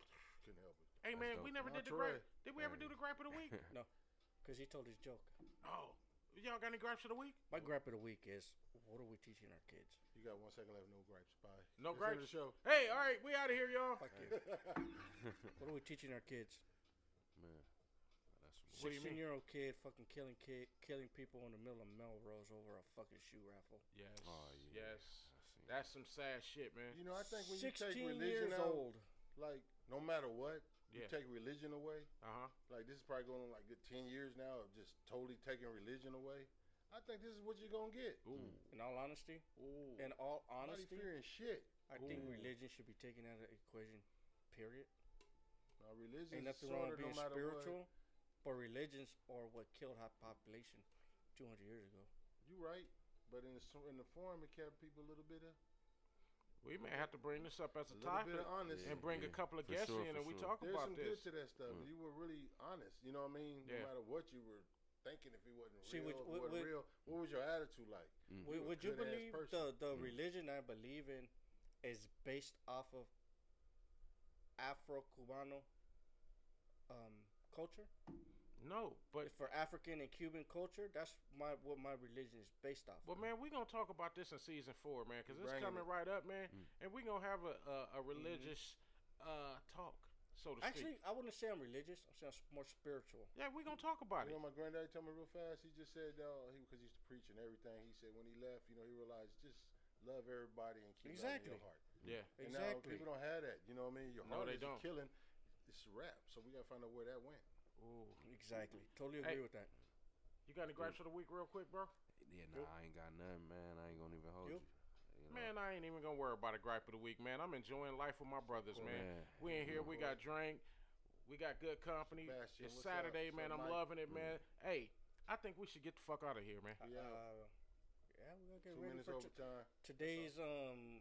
Speaker 2: couldn't help it.
Speaker 1: Hey
Speaker 5: That's
Speaker 1: man,
Speaker 5: dope.
Speaker 1: we never
Speaker 2: Nah,
Speaker 1: did the
Speaker 2: Terrell.
Speaker 1: gripe. Did we ever
Speaker 5: Hey.
Speaker 1: do the gripe of the week?
Speaker 3: Because he told his joke.
Speaker 1: oh, y'all got any gripes of the week?
Speaker 3: My gripe of the week is what are we teaching our kids?
Speaker 2: You got one second left. No gripes. Bye.
Speaker 1: No
Speaker 2: That's the end of
Speaker 1: gripes.
Speaker 2: The show.
Speaker 1: Hey, all right, we out of here, y'all.
Speaker 3: Fuck you.
Speaker 5: Man,
Speaker 3: What are we teaching our kids?
Speaker 5: that's some-
Speaker 1: What do you mean?
Speaker 3: 16 year old kid fucking killing kid, killing people in the middle of Melrose over a fucking shoe raffle.
Speaker 1: Yes.
Speaker 5: Oh, yeah.
Speaker 1: Yes.
Speaker 5: I seen
Speaker 1: That's some sad shit, man.
Speaker 2: You know, I think when you
Speaker 3: 16
Speaker 2: take religion
Speaker 3: years
Speaker 2: out,
Speaker 3: old.
Speaker 2: like no matter what, you
Speaker 1: Yeah.
Speaker 2: take religion away.
Speaker 1: Uh huh.
Speaker 2: Like this is probably going on like good ten years now of just totally taking religion away. I think this is what you're gonna get.
Speaker 1: Ooh.
Speaker 3: In all honesty,
Speaker 1: Ooh.
Speaker 3: in all
Speaker 2: Nobody
Speaker 3: honesty,
Speaker 2: fearing shit.
Speaker 3: I think
Speaker 1: Ooh.
Speaker 3: religion should be taken out of the equation. Period.
Speaker 2: Now, religion
Speaker 3: Ain't
Speaker 2: is
Speaker 3: nothing
Speaker 2: sorta
Speaker 3: wrong with being
Speaker 2: no matter
Speaker 3: spiritual, but religions are what killed our population 200 years ago.
Speaker 2: What. You right, but in the s- in the form it kept people a little bit of
Speaker 1: we may have to bring this up as a
Speaker 2: a little
Speaker 1: topic
Speaker 2: bit of honest.
Speaker 5: Yeah.
Speaker 1: and bring a couple of
Speaker 5: For
Speaker 1: guests
Speaker 5: sure,
Speaker 1: in
Speaker 5: for
Speaker 1: and we
Speaker 5: sure.
Speaker 1: talk
Speaker 2: There's
Speaker 1: about
Speaker 2: some good
Speaker 1: this.
Speaker 2: to that stuff.
Speaker 5: Mm.
Speaker 2: You were really honest. You know what I mean?
Speaker 1: Yeah.
Speaker 2: No matter what you were thinking, if it wasn't
Speaker 3: See,
Speaker 2: real,
Speaker 3: which-
Speaker 2: if it
Speaker 3: what-
Speaker 2: wasn't
Speaker 3: what-
Speaker 2: real, what was your attitude like?
Speaker 5: Mm.
Speaker 3: Would,
Speaker 2: a
Speaker 3: would you
Speaker 2: good-ass
Speaker 3: believe
Speaker 2: person.
Speaker 3: the, the
Speaker 1: Mm-hmm.
Speaker 5: Mm.
Speaker 3: religion I believe in is based off of Afro Cubano um, culture?
Speaker 1: No, but
Speaker 3: for African and Cuban culture, that's my what my religion is based off.
Speaker 1: Well, man, we're gonna talk about this in season four, man, because it's
Speaker 2: Bringing
Speaker 1: coming
Speaker 2: it.
Speaker 1: right up, man,
Speaker 5: Mm.
Speaker 1: and we're gonna have a
Speaker 2: Mm-hmm.
Speaker 1: a, a religious uh, talk, so to
Speaker 3: Actually,
Speaker 1: speak.
Speaker 3: I wouldn't say I'm religious. I'm saying I'm more spiritual.
Speaker 1: Yeah, we're gonna talk about
Speaker 2: You
Speaker 1: it.
Speaker 2: know, my granddaddy told me real fast. He just said, uh, he because he used to preach and everything. He said when he left, you know, he realized just love everybody and keep
Speaker 3: Exactly.
Speaker 2: loving your heart.
Speaker 1: Yeah,
Speaker 2: And now
Speaker 3: Exactly.
Speaker 2: people don't have that. You know what I mean? Your
Speaker 1: No,
Speaker 2: heart
Speaker 1: they
Speaker 2: is a
Speaker 1: don't.
Speaker 2: killing. It's a wrap. So we gotta find out where that went.
Speaker 1: Ooh.
Speaker 3: Exactly. Totally agree
Speaker 1: Hey.
Speaker 3: with that.
Speaker 1: you got any gripes for the week, real quick, bro?
Speaker 5: Yeah, nah, I ain't got nothing, man. I ain't gonna even hold
Speaker 3: You?
Speaker 5: you. you know?
Speaker 1: Man, I ain't even gonna worry about a gripe of the week, man. I'm enjoying life with my brothers, man.
Speaker 5: Oh, Man, Mm.
Speaker 1: We in here,
Speaker 5: you
Speaker 1: we got drink, we got good company.
Speaker 2: Sebastian,
Speaker 1: it's
Speaker 2: what's up?
Speaker 1: Saturday,
Speaker 2: What's
Speaker 1: man.
Speaker 2: up,
Speaker 1: I'm
Speaker 2: Mike?
Speaker 1: loving
Speaker 3: Mm.
Speaker 1: it, man. Hey, I think we should get the fuck out of here, man.
Speaker 3: Uh,
Speaker 2: Yeah.
Speaker 3: yeah, we're gonna get
Speaker 2: Two
Speaker 3: ready
Speaker 2: minutes
Speaker 3: for t-
Speaker 2: overtime.
Speaker 3: today's um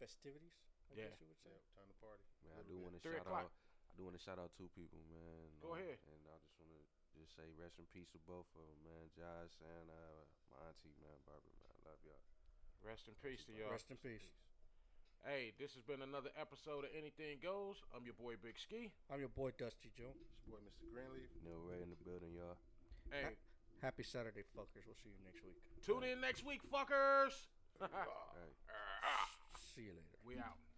Speaker 3: festivities. I
Speaker 1: Yeah.
Speaker 3: guess you would say.
Speaker 2: Yeah, time to party.
Speaker 5: Man, I
Speaker 2: Little
Speaker 5: do
Speaker 2: bit.
Speaker 5: want to
Speaker 1: Three
Speaker 5: shout
Speaker 1: o'clock.
Speaker 5: out. I do want to shout out two people, man.
Speaker 1: Go
Speaker 5: uh,
Speaker 1: ahead.
Speaker 5: And I just want to just say rest in peace to both of them, man. Josh and uh, my auntie, man, Barbara, man. I love y'all.
Speaker 1: Rest in peace to y'all.
Speaker 3: Rest in peace.
Speaker 1: Hey, this has been another episode of Anything Goes. I'm your boy Big Ski.
Speaker 3: I'm your boy Dusty Joe.
Speaker 2: It's your boy, Mr. Greenleaf.
Speaker 5: Neil Ray in the building, y'all.
Speaker 1: Hey,
Speaker 3: Happy Saturday, fuckers. We'll see you next week.
Speaker 1: Tune in next week, fuckers.
Speaker 5: All right.
Speaker 3: See you later.
Speaker 1: we out.